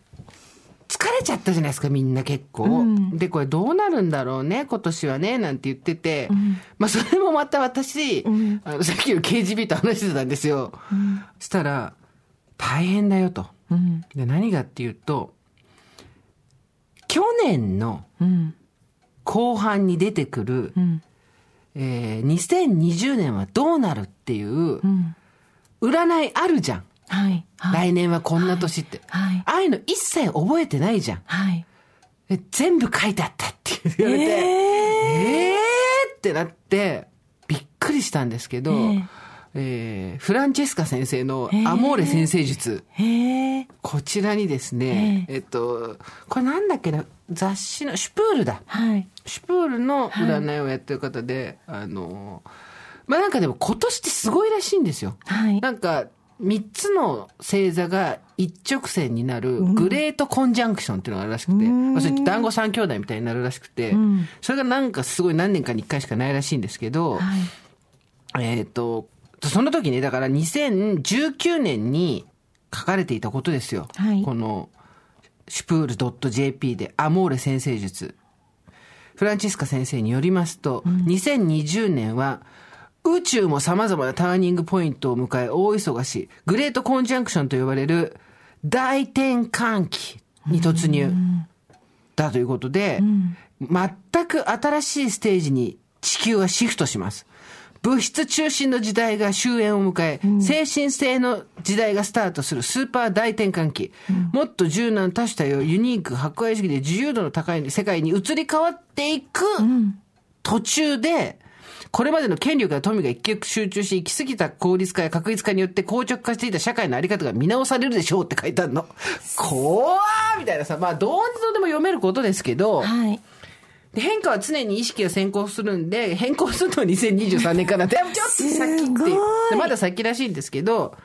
[SPEAKER 2] 疲れちゃったじゃないですかみんな結構、
[SPEAKER 3] ん
[SPEAKER 2] でこれどうなるんだろうね今年はねなんて言ってて、まあそれもまた私、
[SPEAKER 3] ん
[SPEAKER 2] あのさっきの KGB と話してたんですよ、したら大変だよと
[SPEAKER 3] うん
[SPEAKER 2] で何がっていうと去年の
[SPEAKER 3] うん
[SPEAKER 2] 後半に出てくる、
[SPEAKER 3] ん
[SPEAKER 2] えー2020年はどうなるっていう
[SPEAKER 3] うん
[SPEAKER 2] 占いあるじゃん、
[SPEAKER 3] はいはい
[SPEAKER 2] 来年はこんな年って、
[SPEAKER 3] はい
[SPEAKER 2] ああいうの一切覚えてないじゃん
[SPEAKER 3] はい
[SPEAKER 2] え全部書いてあったって言われて、えー、ってなって、びっくりしたんですけど、え
[SPEAKER 3] えー
[SPEAKER 2] ーフランチェスカ先生のアモーレ先生術、
[SPEAKER 3] へえ
[SPEAKER 2] こちらにですね、
[SPEAKER 3] え
[SPEAKER 2] えっと、これなんだっけな、雑誌の、シュプールだ。
[SPEAKER 3] はい
[SPEAKER 2] シュプールの占いをやってる方で、あの、まあ、なんかでも今年ってすごいらしいんですよ。
[SPEAKER 3] はい
[SPEAKER 2] なんか、三つの星座が一直線になるグレートコンジャンクションっていうのがあるらしくて、まあそれ団子三兄弟みたいになるらしくて、
[SPEAKER 3] ん
[SPEAKER 2] それがなんかすごい何年かに一回しかないらしいんですけど、
[SPEAKER 3] はい
[SPEAKER 2] えっ、と、その時ね、だから2019年に書かれていたことですよ。
[SPEAKER 3] はい
[SPEAKER 2] この、シュプール .jp でアモーレ先生術。フランチスカ先生によりますと、2020年は、宇宙も様々なターニングポイントを迎え、大忙し、グレートコンジャンクションと呼ばれる大転換期に突入だということで、全く新しいステージに地球はシフトします。物質中心の時代が終焉を迎え、精神性の時代がスタートするスーパー大転換期。もっと柔軟多種多様、ユニーク、博愛主義で自由度の高い世界に移り変わっていく途中で、これまでの権力や富が一極集中し、行き過ぎた効率化や確率化によって硬直化していた社会のあり方が見直されるでしょうって書いてある の。怖ーみたいなさ、まあどうとでも読めることですけど、
[SPEAKER 3] はい
[SPEAKER 2] で変化は常に意識が先行するんで、変更するのは2023年かなって、でもちょっと先って
[SPEAKER 3] すご
[SPEAKER 2] いう
[SPEAKER 3] い
[SPEAKER 2] で。まだ先らしいんですけど、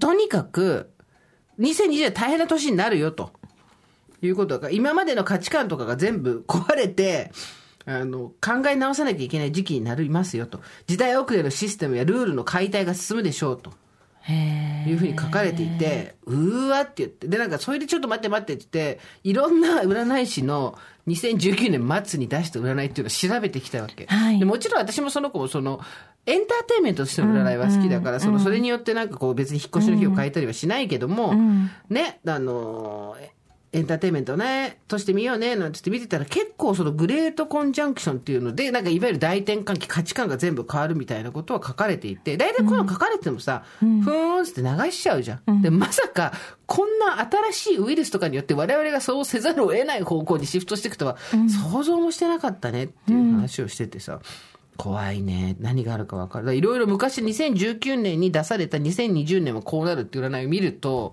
[SPEAKER 2] とにかく、2020年大変な年になるよと。いうことが、今までの価値観とかが全部壊れて、あの考え直さなきゃいけない時期になりますよと時代遅れのシステムやルールの解体が進むでしょうと
[SPEAKER 3] へ
[SPEAKER 2] いうふうに書かれていて、うーわって言って、で、なんか、それでちょっと待って待ってって言って、いろんな占い師の2019年末に出した占いっていうのを調べてきたわけ。
[SPEAKER 3] はい
[SPEAKER 2] でもちろん私もその子もその、エンターテインメントとしての占いは好きだから、その、それによってなんかこう別に引っ越しの日を変えたりはしないけども、ね、あのー、エンターテインメントね、としてみようね、なんて言って見てたら結構そのグレートコンジャンクションっていうので、なんかいわゆる大転換期、価値観が全部変わるみたいなことは書かれていて、大体こういうの書かれてもさ、ふーんっつって流しちゃうじゃん。で、まさか、こんな新しいウイルスとかによって我々がそうせざるを得ない方向にシフトしていくとは、想像もしてなかったねっていう話をしててさ、怖いね。何があるかわからない。いろいろ昔2019年に出された2020年はこうなるっていう占いを見ると、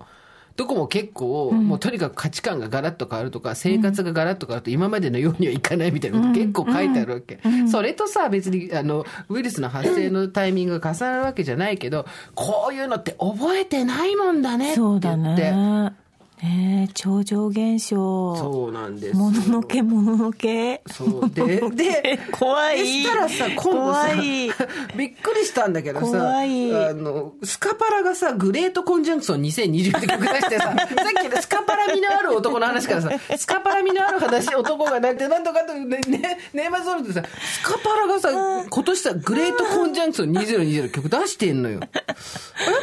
[SPEAKER 2] どこも結構、もうとにかく価値観がガラッと変わるとか、生活がガラッと変わると今までのようにはいかないみたいなこと結構書いてあるわけ。それとさ、別に、あの、ウイルスの発生のタイミングが重なるわけじゃないけど、こういうのって覚えてないもんだねって言
[SPEAKER 3] そう
[SPEAKER 2] って。
[SPEAKER 3] だねねえ超常現象
[SPEAKER 2] そうなんですよ。
[SPEAKER 3] もののけもののけ
[SPEAKER 2] そう で、 で、
[SPEAKER 3] 怖い
[SPEAKER 2] でしたらさ、今度さ
[SPEAKER 3] 怖い、
[SPEAKER 2] びっくりしたんだけどさ、
[SPEAKER 3] 怖い
[SPEAKER 2] あの、スカパラがさ、グレートコンジャンクション2020って曲出して さ、さっきのスカパラ味のある男の話からさ、スカパラ味のある話、男がなんて、なんとかと、ね、ね、年末ソロってさ、スカパラがさ、今年さ、グレートコンジャンクション2020の曲出してんのよ。やっ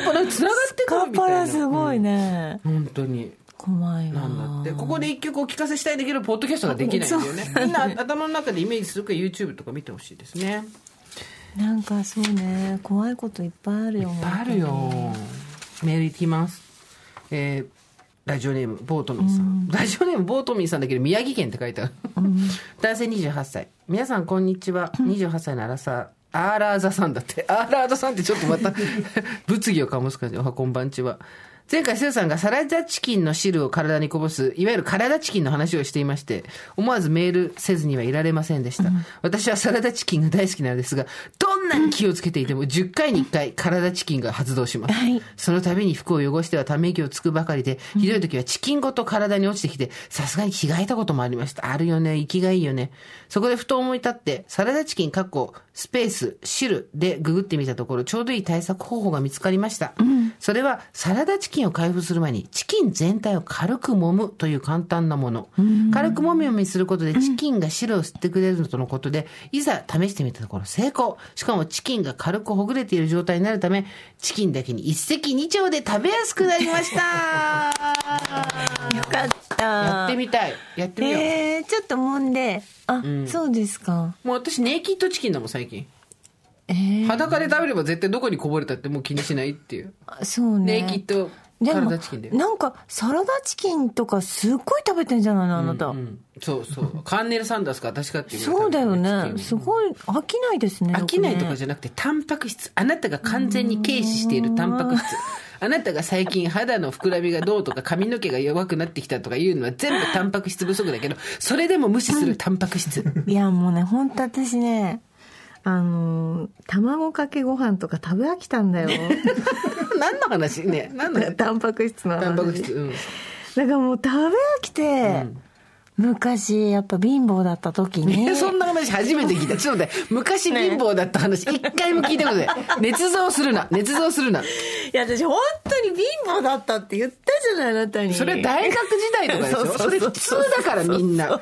[SPEAKER 2] ぱなんか繋がってく
[SPEAKER 3] カ
[SPEAKER 2] る
[SPEAKER 3] ン
[SPEAKER 2] みた
[SPEAKER 3] パ
[SPEAKER 2] いな。
[SPEAKER 3] ラすごいね、
[SPEAKER 2] 本当に。
[SPEAKER 3] 怖いわ
[SPEAKER 2] なんだってここで一曲お聴かせしたいんだけどポッドキャストができないんだよねみんな頭の中でイメージするから YouTube とか見てほしいですね
[SPEAKER 3] なんかそうね怖いこといっぱいあるよ
[SPEAKER 2] いっぱいあるよメールいきますえーラジオネームボートミーさんラジオネームボートミーさんだけど宮城県って書いてある男性28歳皆さんこんにちは28歳のアラサーアーラーザさんだってアーラーザさんってちょっとまた 物議を醸す感じおはこんばんちは前回、スーさんがサラダチキンの汁を体にこぼす、いわゆる体チキンの話をしていまして、思わずメールせずにはいられませんでした。私はサラダチキンが大好きなのですが、どんなに気をつけていても10回に1回体チキンが発動します。
[SPEAKER 3] はい
[SPEAKER 2] その度に服を汚してはため息をつくばかりで、ひどい時はチキンごと体に落ちてきて、さすがに着替えたこともありました。あるよね、生きがいいよね。そこでふと思い立って、サラダチキンかっこスペース、汁でググってみたところ、ちょうどいい対策方法が見つかりました。それは、サラダチキンを開封する前に、チキン全体を軽く揉むという簡単なもの。軽く揉み揉みすることで、チキンが汁を吸ってくれるとのことで、いざ試してみたところ成功。しかもチキンが軽くほぐれている状態になるため、チキンだけに一石二鳥で食べやすくなりました。
[SPEAKER 3] よかった
[SPEAKER 2] やってみたい。やってみよう。
[SPEAKER 3] えー、ちょっと揉んであ、そうですか
[SPEAKER 2] もう私、ネイキッドチキンだもん、最近。
[SPEAKER 3] えー、
[SPEAKER 2] 裸で食べれば絶対どこにこぼれたってもう気にしないっていう。
[SPEAKER 3] そう
[SPEAKER 2] ネ
[SPEAKER 3] ね
[SPEAKER 2] イキッド、
[SPEAKER 3] で
[SPEAKER 2] サラ
[SPEAKER 3] も
[SPEAKER 2] ダチキンだよ。
[SPEAKER 3] なんかサラダチキンとかすっごい食べてんじゃないのあなた、
[SPEAKER 2] うん、そうそう。カーネル・サンダースか私かっていうぐらい
[SPEAKER 3] そうだよ
[SPEAKER 2] 食べてる
[SPEAKER 3] ね
[SPEAKER 2] チキン
[SPEAKER 3] すごい飽きないですね
[SPEAKER 2] 飽きないとか
[SPEAKER 3] ゃ
[SPEAKER 2] じゃなくて、タンパク質。あなたが完全に軽視しているタンパク質。あなたが最近肌の膨らみがどうとか髪の毛が弱くなってきたとかいうのは全部タンパク質不足だけど、それでも無視するタンパク 質。
[SPEAKER 3] いやもうね本当私ねあのー卵かけご飯とか食べ飽きた んだよ
[SPEAKER 2] 何の話ね。何 の話
[SPEAKER 3] タンパク質の話
[SPEAKER 2] タンパク質。うん。
[SPEAKER 3] だからもう食べ飽きて、昔やっぱ貧乏だった時に
[SPEAKER 2] えそんな話初めて聞いた。ちょっと待って、昔貧乏だった話、一回も聞いたことない。捏造するな、捏造するな。
[SPEAKER 3] いや私本当に貧乏だったって言ったじゃないあなたに
[SPEAKER 2] それ大学時代とかでしょそれ普通だからみんな。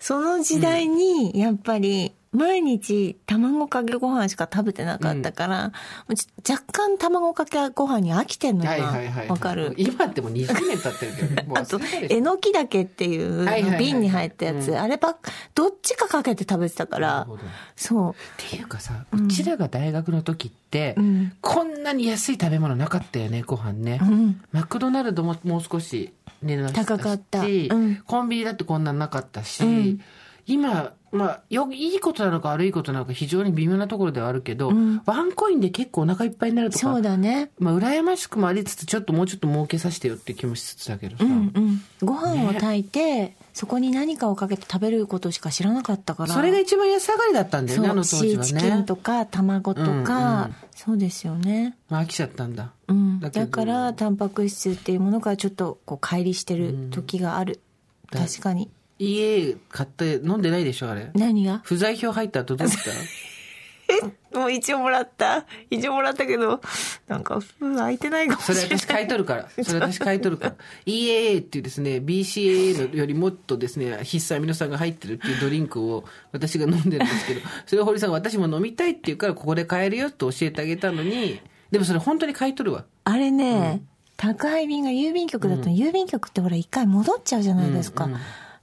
[SPEAKER 3] その時代にやっぱり毎日卵かけご飯しか食べてなかったから、もうち若干卵かけご飯に飽きてんの
[SPEAKER 2] は
[SPEAKER 3] か
[SPEAKER 2] いはいはい。
[SPEAKER 3] わかる
[SPEAKER 2] 今ってもう20年経ってるけど、もう
[SPEAKER 3] あと
[SPEAKER 2] 忘れたでしょ
[SPEAKER 3] えのきだけっていう
[SPEAKER 2] はいはいはい
[SPEAKER 3] 瓶に入ったやつあればっどっちかかけて食べてたか
[SPEAKER 2] な
[SPEAKER 3] ら
[SPEAKER 2] るほど
[SPEAKER 3] そう
[SPEAKER 2] っていうかさ、うちらが大学の時って、
[SPEAKER 3] ん
[SPEAKER 2] こんなに安い食べ物なかったよねご飯ね、
[SPEAKER 3] ん
[SPEAKER 2] マクドナルドももう少し値段
[SPEAKER 3] 高かった
[SPEAKER 2] し、
[SPEAKER 3] うん
[SPEAKER 2] コンビニだってこんなんなかったし、
[SPEAKER 3] うん
[SPEAKER 2] 今まあ、よいいことなのか悪いことなのか非常に微妙なところではあるけど、
[SPEAKER 3] ん
[SPEAKER 2] ワンコインで結構お腹いっぱいになると
[SPEAKER 3] そ
[SPEAKER 2] か
[SPEAKER 3] う、だね
[SPEAKER 2] まあ、羨ましくもありつつちょっともうちょっと儲けさせてよって気もしつつだけどさ、
[SPEAKER 3] うんうんご飯を炊いて、そこに何かをかけて食べることしか知らなかったから
[SPEAKER 2] それが一番安上がりだったんだよねあの
[SPEAKER 3] そ
[SPEAKER 2] 当
[SPEAKER 3] う
[SPEAKER 2] 時
[SPEAKER 3] シー
[SPEAKER 2] は
[SPEAKER 3] チキン
[SPEAKER 2] ね
[SPEAKER 3] とか卵と
[SPEAKER 2] う
[SPEAKER 3] か、
[SPEAKER 2] んうん
[SPEAKER 3] そうですよね
[SPEAKER 2] まあ飽きちゃったんだ
[SPEAKER 3] うん、
[SPEAKER 2] だ
[SPEAKER 3] だ
[SPEAKER 2] けど
[SPEAKER 3] からタンパク質っていうものからちょっとこう乖離してる時がある、
[SPEAKER 2] だ
[SPEAKER 3] 確かに
[SPEAKER 2] 家買って飲んでないでしょあれ
[SPEAKER 3] 何が
[SPEAKER 2] 不在票入った後どうした
[SPEAKER 3] えもう一応もらった一応もらったけどなんか封開いてないかも
[SPEAKER 2] それ
[SPEAKER 3] しれない
[SPEAKER 2] 私買い取る から。それ私買い取るから。EAA っていうですね、BCAA のよりもっとですね、必須アミノ酸が入ってるっていうドリンクを私が飲んでるん ですけど、それを堀さんが私も飲みたいっていうからここで買えるよと教えてあげたのに、でもそれ本当に買い取るわ。
[SPEAKER 3] あれね、宅配便が郵便局だと、郵便局ってほら一回戻っちゃうじゃないですか、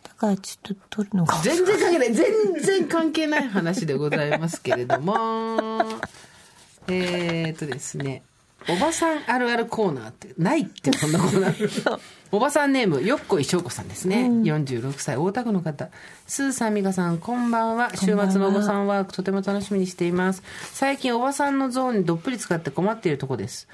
[SPEAKER 3] だからちょっと取るのが
[SPEAKER 2] 全然関係ない、全然関係ない話でございますけれど も、えーっとですね、おばさんあるあるコーナーって、ないってこんなコーナ ー。おばさんネーム、よっこいしょうこさんですね。46歳、大田区の方。スーさん、美香さん、こんばんは。週末のおばさんワーク、とても楽しみにしています。最近、おばさんのゾーンにどっぷり使って困っているとこです。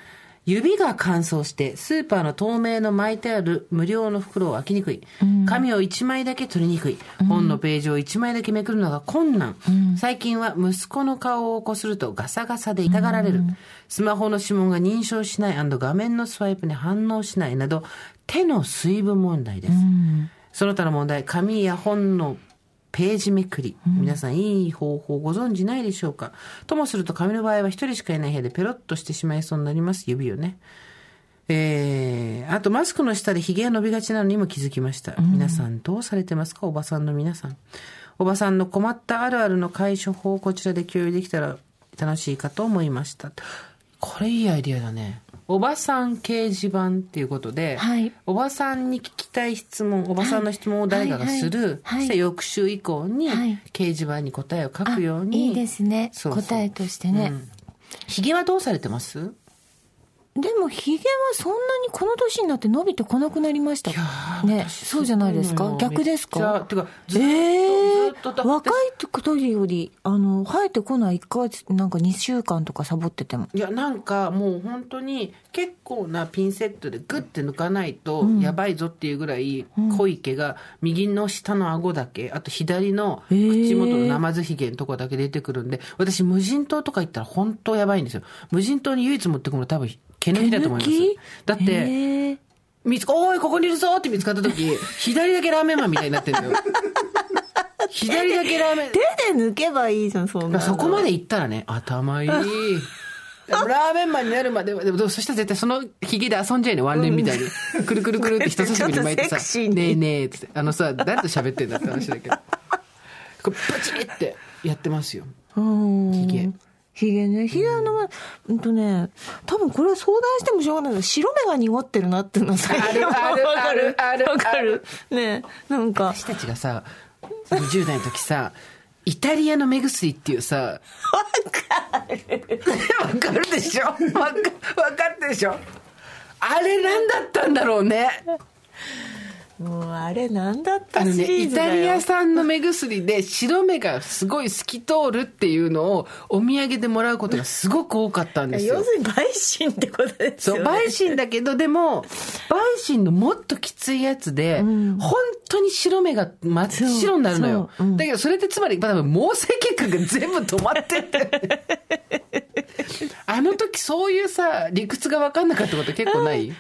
[SPEAKER 2] 指が乾燥して、スーパーの透明の巻いてある無料の袋を開きにくい。紙を1枚だけ取りにくい。本のページを1枚だけめくるのが困難。最近は息子の顔をこするとガサガサで痛がられる。スマホの指紋が認証しない画面のスワイプに反応しないなど、手の水分問題です。その他の問題、紙や本のページめくり。皆さんいい方法ご存知ないでしょうか、ともすると紙の場合は一人しかいない部屋でペロッとしてしまいそうになります。指をね。えー、あとマスクの下で髭が伸びがちなのにも気づきました。皆さんどうされてますかおばさんの皆さん。おばさんの困ったあるあるの解消法をこちらで共有できたら楽しいかと思いました。これいいアイディアだね。おばさん掲示板っていうことで、
[SPEAKER 3] はい
[SPEAKER 2] おばさんに聞きたい質問、おばさんの質問を誰かがする、
[SPEAKER 3] はいはいはい
[SPEAKER 2] そして翌週以降に
[SPEAKER 3] はい
[SPEAKER 2] 掲示板に答えを書
[SPEAKER 3] あ
[SPEAKER 2] くように、
[SPEAKER 3] いいですね
[SPEAKER 2] そうそう
[SPEAKER 3] 答えとしてね、
[SPEAKER 2] ひげはどうされてます
[SPEAKER 3] でもヒゲはそんなにこの年になって伸びてこなくなりましたねそうじゃないです
[SPEAKER 2] も
[SPEAKER 3] か
[SPEAKER 2] う
[SPEAKER 3] 逆です
[SPEAKER 2] めっちゃ
[SPEAKER 3] か
[SPEAKER 2] てかずっと、
[SPEAKER 3] え
[SPEAKER 2] ず
[SPEAKER 3] え
[SPEAKER 2] っとだって
[SPEAKER 3] 若い時よりあの生えてこない1か月なんか2週間とかサボってても
[SPEAKER 2] いやなんかもう本当に結構なピンセットでグッて抜かないとやばいぞっていうぐらい濃い毛が右の下の顎だけあと左の口元の生ずひげのとこだけ出てくるんで私無人島とか行ったら本当やばいんですよ無人島に唯一持ってくるの多分毛抜きだと思います
[SPEAKER 3] 毛抜き
[SPEAKER 2] だって、
[SPEAKER 3] ええ
[SPEAKER 2] 見つか、おい、ここにいるぞって見つかった 時、左だけラーメンマンみたいになってるのよ。左だけラーメン。
[SPEAKER 3] 手 で抜けばいいじゃんそんなの
[SPEAKER 2] そこまで行ったらね、頭 いい。ラーメンマンになるまでは、でもどうそしたら絶対そのヒゲで遊んじゃいね、ワンレンみたいに。 くるくるくるって人差し指に巻いてさ
[SPEAKER 3] ちょっとセクシ、ーに
[SPEAKER 2] ねえねえっつって、あのさ、誰と喋ってんだって話だけど。こうパチッってやってますよ。ひ
[SPEAKER 3] ひ
[SPEAKER 2] げ
[SPEAKER 3] ひげねひげのまうんとね多分これは相談してもしょうがないけど白目が濁ってるなっていうのは最近
[SPEAKER 2] あるある
[SPEAKER 3] わかる
[SPEAKER 2] あるある
[SPEAKER 3] わかるねなんか
[SPEAKER 2] 私たちがさ、20代の時さ、イタリアの目薬っていうさ、 わかるでしょわかわかってでしょあれ何だったんだろうね
[SPEAKER 3] もうあれなんだっ
[SPEAKER 2] あ
[SPEAKER 3] た
[SPEAKER 2] の
[SPEAKER 3] シ
[SPEAKER 2] ね
[SPEAKER 3] リー
[SPEAKER 2] イ
[SPEAKER 3] ズだ
[SPEAKER 2] タリ
[SPEAKER 3] よ、
[SPEAKER 2] ア産の目薬で白目がすごい透き通るっていうのをお土産でもらうことがすごく多かったんですよ
[SPEAKER 3] 要するに陪審ってことですよ
[SPEAKER 2] そう
[SPEAKER 3] ね
[SPEAKER 2] 陪審だけどでも陪審のもっときついやつで、本当に白目が真っ白になるのよ、
[SPEAKER 3] そうそううん
[SPEAKER 2] だけどそれってつまりまあ多分毛細血管が全部止まってて あの時そういうさ理屈が分かんなかったこと結構ない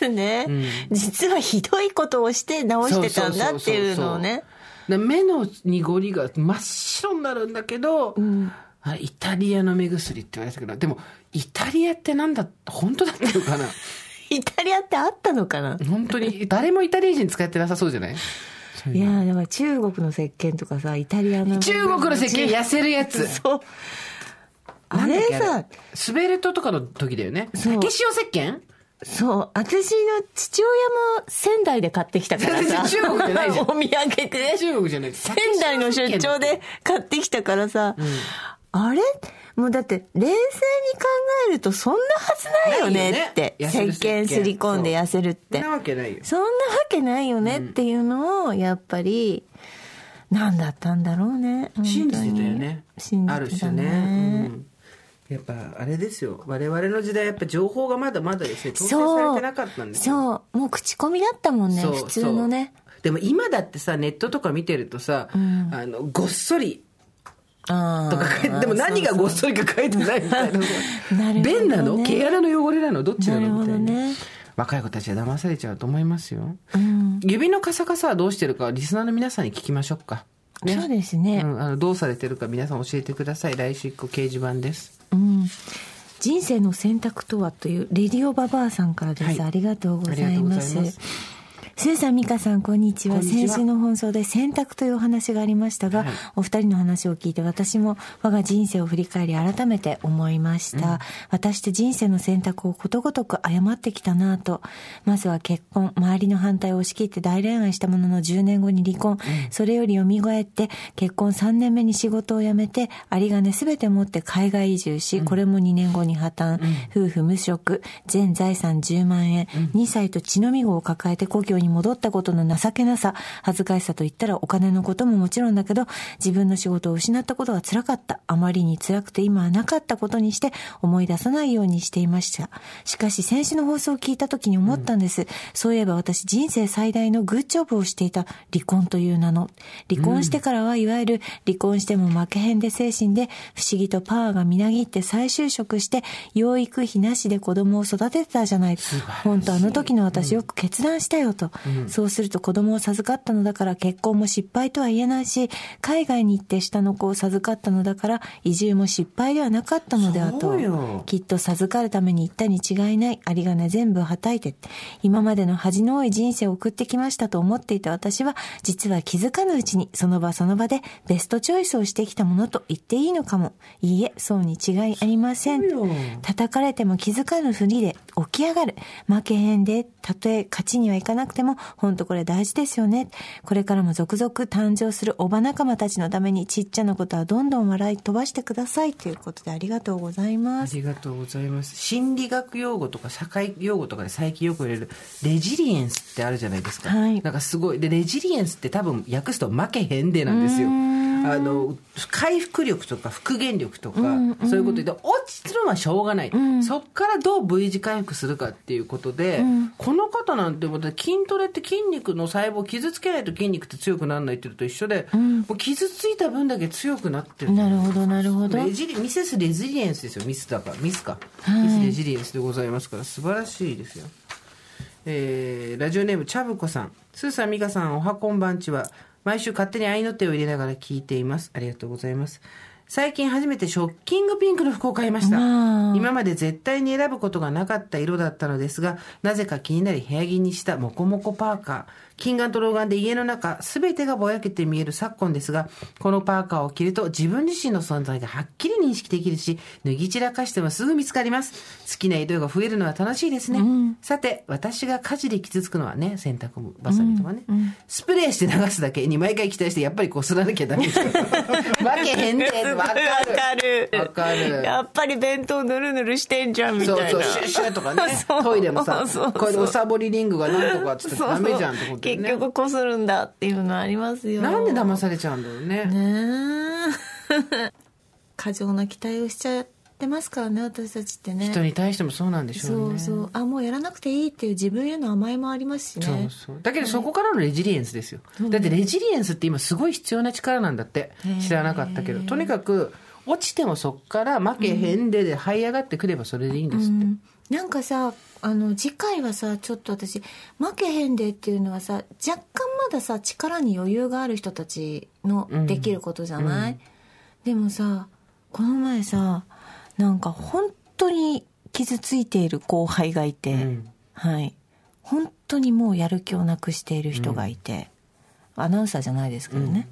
[SPEAKER 3] あ ね、実はひどいことをして直してたんだっていうのをね
[SPEAKER 2] だから目の濁りが真っ白になるんだけど、あイタリアの目薬って言われたけどでもイタリアってなんだ本当だったのかな
[SPEAKER 3] イタリアってあったのかな、
[SPEAKER 2] 本当に誰もイタリア人使ってなさそうじゃない
[SPEAKER 3] いやーだから中国の石鹸とかさイタリアの
[SPEAKER 2] 中国の石鹸痩せるやつ
[SPEAKER 3] そうあれ
[SPEAKER 2] なんだ
[SPEAKER 3] さ
[SPEAKER 2] っけスベルトとかの時だよね
[SPEAKER 3] そう
[SPEAKER 2] 竹塩石鹸
[SPEAKER 3] そう私の父親も仙台で買ってきたからさ
[SPEAKER 2] 中国じゃないじゃん
[SPEAKER 3] お土産で
[SPEAKER 2] 中国じゃない仙
[SPEAKER 3] 仙台の出張で買ってきたからさ、あれもうだって冷静に考えるとそんなはずないよ
[SPEAKER 2] ないよ
[SPEAKER 3] ね
[SPEAKER 2] ね
[SPEAKER 3] って
[SPEAKER 2] 痩
[SPEAKER 3] 石
[SPEAKER 2] せる
[SPEAKER 3] 鹸すり込んで
[SPEAKER 2] そう
[SPEAKER 3] 痩せるっ
[SPEAKER 2] そ
[SPEAKER 3] て
[SPEAKER 2] んなわけないよ
[SPEAKER 3] そんなわけないよねっていうのをやっぱり何だったんだろうね
[SPEAKER 2] 信じてたよね
[SPEAKER 3] 本当に信じてたね
[SPEAKER 2] ある種ね、うんやっぱあれですよ我々の時代やっぱ情報がまだまだですね統制されてなかったんですよ
[SPEAKER 3] そうもう口コミだったもんね
[SPEAKER 2] そう
[SPEAKER 3] 普通のね
[SPEAKER 2] そうでも今だってさネットとか見てるとさ、あのごっそりと
[SPEAKER 3] と
[SPEAKER 2] か書いてでも何がごっそりか書いてないみたいな
[SPEAKER 3] なるほどね
[SPEAKER 2] 便なの毛穴の汚れなのどっちな
[SPEAKER 3] なる
[SPEAKER 2] の
[SPEAKER 3] ほ
[SPEAKER 2] みた
[SPEAKER 3] ど
[SPEAKER 2] いな
[SPEAKER 3] ね
[SPEAKER 2] 若い子たちは騙されちゃうと思いますよ。
[SPEAKER 3] うん
[SPEAKER 2] 指のカサカサはどうしてるか、リスナーの皆さんに聞きましょうか。
[SPEAKER 3] そうですね
[SPEAKER 2] うん、あのどうされてるか皆さん教えてください。来週一個掲示板です。
[SPEAKER 3] うん人生の選択とはというレディオババアさんからです、
[SPEAKER 2] はい
[SPEAKER 3] ありがとうござ
[SPEAKER 2] あり
[SPEAKER 3] い
[SPEAKER 2] がとうご
[SPEAKER 3] ま
[SPEAKER 2] ざいます
[SPEAKER 3] すスーさん美香さんこんにちは
[SPEAKER 2] こんにちは
[SPEAKER 3] 先週の放送で選択というお話がありましたが、
[SPEAKER 2] はい
[SPEAKER 3] お二人の話を聞いて私も我が人生を振り返り改めて思いました、私って人生の選択をことごとく誤ってきたなぁとまずは結婚周りの反対を押し切って大恋愛したものの10年後に離婚、それより蘇って結婚3年目に仕事を辞めて有り金全て持って海外移住し、これも2年後に破綻、夫婦無職全財産10万円、2歳と血のみ子を抱えて故郷に戻ったことの情けなさ恥ずかしさといったらお金のことももちろんだけど自分の仕事を失ったことが辛かったあまりに辛くて今はなかったことにして思い出さないようにしていましたしかし先週の放送を聞いた時に思ったんです、そういえば私人生最大のグッジョブをしていた離婚という名の離婚してからはいわゆる離婚しても負けへんで精神で不思議とパワーがみなぎって再就職して養育費なしで子供を育ててたじゃない本当あの時の私よく決断したよと、そうすると子供を授かったのだから結婚も失敗とは言えないし海外に行って下の子を授かったのだから移住も失敗ではなかったのではと
[SPEAKER 2] そうよ
[SPEAKER 3] きっと授かるために行ったに違いない有り金全部はたいてって今までの恥の多い人生を送ってきましたと思っていた私は実は気づかぬうちにその場その場でベストチョイスをしてきたものと言っていいのかもいいえそうに違いありません
[SPEAKER 2] そうよ
[SPEAKER 3] 叩かれても気づかぬふりで起き上がる負けへんでたとえ勝ちにはいかなくても本当これ大事ですよねこれからも続々誕生するおば仲間たちのためにちっちゃなことはどんどん笑い飛ばしてくださいということでありがとうござい
[SPEAKER 2] あ
[SPEAKER 3] ます
[SPEAKER 2] りがとうございます。心理学用語とか社会用語とかで最近よく言われるレジリエンスってあるじゃないですか。
[SPEAKER 3] はい
[SPEAKER 2] なんかすごい。で、レジリエンスって多分訳すと負けへんでなんですよ。あの、回復力とか復元力とか、そういうことで、落ちるのはしょうがない。そっからどう V 字回復するかっていうことで、この方なんてもうだって筋トレって筋肉の細胞を傷つけないと筋肉って強くならないっていうのと一緒で、もう傷ついた分だけ強くなってる
[SPEAKER 3] なるほどなるほど
[SPEAKER 2] レジリミセスレジリエンスですよミスだからミスか、
[SPEAKER 3] はい
[SPEAKER 2] ミスレジリエンスでございますから素晴らしいですよえーラジオネームちゃぶこさんスーさん美香さんおはこんばんちは毎週勝手に愛の手を入れながら聞いていますありがとうございます最近初めてショッキングピンクの服を買いました
[SPEAKER 3] わあ
[SPEAKER 2] 今まで絶対に選ぶことがなかった色だったのですがなぜか気になり部屋着にしたモコモコパーカー近眼と老眼で家の中全てがぼやけて見える昨今ですがこのパーカーを着ると自分自身の存在がはっきり認識できるし脱ぎ散らかしてもすぐ見つかります好きな色が増えるのは楽しいですね、さて私が火事で傷つくのはね洗濯もバサミとかね、スプレーして流すだけに毎回期待してやっぱりこすらなきゃダメですよ負けへんでわかる
[SPEAKER 3] る
[SPEAKER 2] わかる
[SPEAKER 3] やっぱり弁当ぬるぬるしてんじゃんみたいな
[SPEAKER 2] そうそうシュッシュッとかね
[SPEAKER 3] そう
[SPEAKER 2] トイレもさ
[SPEAKER 3] そうそう
[SPEAKER 2] これでおさぼりリングがなんとかっつってダメじゃんってことで、ね、
[SPEAKER 3] 結局こするんだっていうのありますよ
[SPEAKER 2] なんで騙されちゃうんだろうね
[SPEAKER 3] ねえ過剰な期待をしちゃってますからね私たちってね
[SPEAKER 2] 人に対してもそうなんでしょ
[SPEAKER 3] そうう
[SPEAKER 2] ね
[SPEAKER 3] そうあもうやらなくていいっていう自分への甘えもありますしね
[SPEAKER 2] そうそうだけどそこからのレジリエンスですよ、だってレジリエンスって今すごい必要な力なんだって知らなかったけどとにかく落ちてもそっから負けへんでで這い上がってくればそれでいいんですって、
[SPEAKER 3] うんなんかさあの次回はさちょっと私負けへんでっていうのはさ若干まださ力に余裕がある人たちのできることじゃない、でもさこの前さなんか本当に傷ついている後輩がいて、
[SPEAKER 2] ん
[SPEAKER 3] はい本当にもうやる気をなくしている人がいて、アナウンサーじゃないですけどね、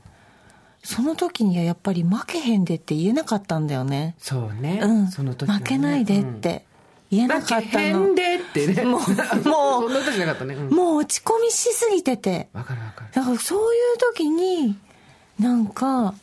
[SPEAKER 3] その時にはやっぱり負けへんでって言えなかったんだよね
[SPEAKER 2] そうね、
[SPEAKER 3] うん、
[SPEAKER 2] その時のね
[SPEAKER 3] 負けないでっ、て言え
[SPEAKER 2] うん
[SPEAKER 3] な
[SPEAKER 2] 負
[SPEAKER 3] か
[SPEAKER 2] け
[SPEAKER 3] った
[SPEAKER 2] へ
[SPEAKER 3] の、
[SPEAKER 2] んでってね
[SPEAKER 3] もうも
[SPEAKER 2] そんな時なかったねうん
[SPEAKER 3] うもう落ち込みしすぎてて
[SPEAKER 2] わかるわかる
[SPEAKER 3] だからそういう時になんか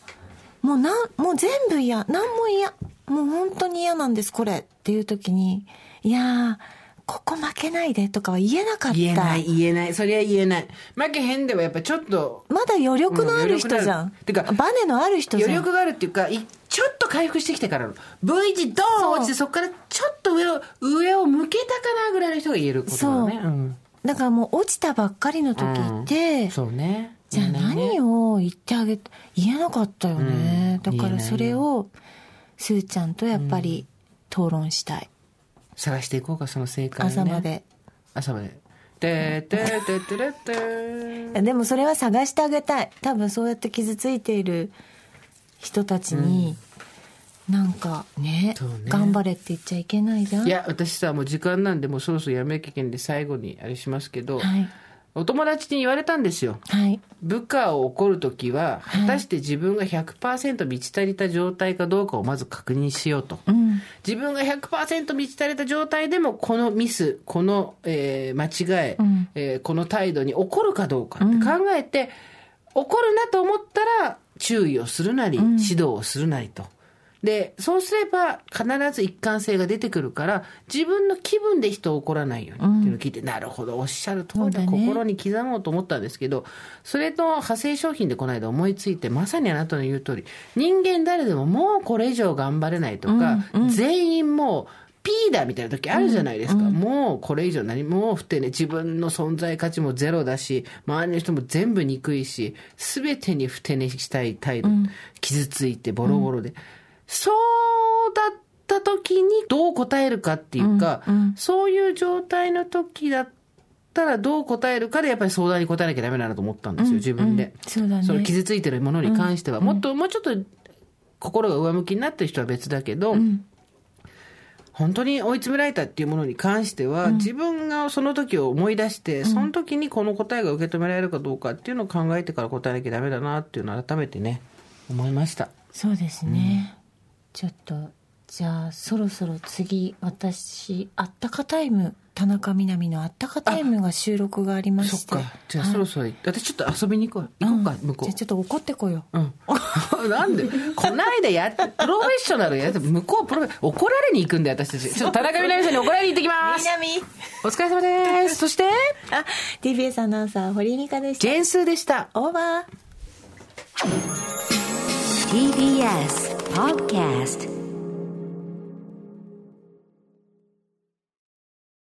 [SPEAKER 3] もうなんもう全部嫌何も嫌もう本当に嫌なんですこれっていう時にいやーここ負けないでとかは言えなかった
[SPEAKER 2] 言えない言えないそりゃ言えない負けへんではやっぱちょっと
[SPEAKER 3] まだ余力のある人じゃ
[SPEAKER 2] うん
[SPEAKER 3] ん
[SPEAKER 2] 余力のあるてか
[SPEAKER 3] バネのある人じゃん
[SPEAKER 2] 余力があるっていうかいちょっと回復してきてからの V 字ドーン落ちてそこからちょっと上を上を向けたかなぐらいの人が言えることだね
[SPEAKER 3] そうんだからもう落ちたばっかりの時って、
[SPEAKER 2] そうね
[SPEAKER 3] じゃあ何
[SPEAKER 2] を
[SPEAKER 3] を言ってあげて言えなかったよ
[SPEAKER 2] う
[SPEAKER 3] ね、
[SPEAKER 2] ん
[SPEAKER 3] だか
[SPEAKER 2] 言え
[SPEAKER 3] ら
[SPEAKER 2] ないよ
[SPEAKER 3] それをすーちゃんとやっぱり討論したい、
[SPEAKER 2] 探していこうかその正解をね
[SPEAKER 3] 朝まで
[SPEAKER 2] 朝まで。てーてーてーてれてー。
[SPEAKER 3] でもそれは探してあげたい多分そうやって傷ついている人たちに、なんかね
[SPEAKER 2] そうね
[SPEAKER 3] 頑張れって言っちゃいけないじゃん
[SPEAKER 2] いや、私さ、もう時間なんで、もうそろそろやめなきゃいけないんで、最後にあれしますけど、
[SPEAKER 3] はい
[SPEAKER 2] お友達に言われたんですよ。
[SPEAKER 3] はい
[SPEAKER 2] 部下を怒るときは、
[SPEAKER 3] い
[SPEAKER 2] 果たして自分が100%満ち足りた状態かどうかをまず確認しようと。
[SPEAKER 3] うん
[SPEAKER 2] 自分が100%満ち足れた状態でも、このミス、この、えー間違い、
[SPEAKER 3] うん
[SPEAKER 2] えーこの態度に怒るかどうかって考えて、怒るなと思ったら、注意をするなり、指導をするなりと。で、そうすれば必ず一貫性が出てくるから、自分の気分で人を怒らないようにっていうのを聞いて、なるほど、おっしゃる通りだ、
[SPEAKER 3] そうだね
[SPEAKER 2] 心に刻もうと思ったんですけど、それと派生商品でこの間思いついて、まさにあなたの言う通り、人間誰でももうこれ以上頑張れないとか、全員もう、ピーだみたいな時あるじゃないですか。もうこれ以上何も不定ね。自分の存在価値もゼロだし、周りの人も全部憎いし、すべてに不定ねしたい態度、傷ついてボロボロで。そうだった時にどう答えるかっていうか、そういう状態の時だったらどう答えるかでやっぱり相談に答えなきゃダメだなと思ったんですよ、自分で。
[SPEAKER 3] そうだね
[SPEAKER 2] その傷ついてるものに関しては、もっともうちょっと心が上向きになってる人は別だけど、本当に追い詰められたっていうものに関しては、自分がその時を思い出してその時にこの答えが受け止められるかどうかっていうのを考えてから答えなきゃダメだなっていうのを改めてね思いました
[SPEAKER 3] そうですね、ちょっとじゃあそろそろ次私あったかタイム田中みな実のあったかタイムが収録がありま
[SPEAKER 2] そ
[SPEAKER 3] し
[SPEAKER 2] ってかじゃあそろそろ、私ちょっと遊びに行こう行こうか、
[SPEAKER 3] うん
[SPEAKER 2] 向こ
[SPEAKER 3] じゃ
[SPEAKER 2] う
[SPEAKER 3] あちょっと怒ってこよう、
[SPEAKER 2] うん、 なんでこないだやってプロフェッショナルやって向こうプロフェ怒られに行くんだよ私たちちょっと田中みな実さんに怒られに行ってきます
[SPEAKER 3] み
[SPEAKER 2] お疲れ様ですそして
[SPEAKER 3] あ TBS アナウンサー堀井美香でした
[SPEAKER 2] ジェーンスーでした
[SPEAKER 3] オーバー
[SPEAKER 1] TBS Podcast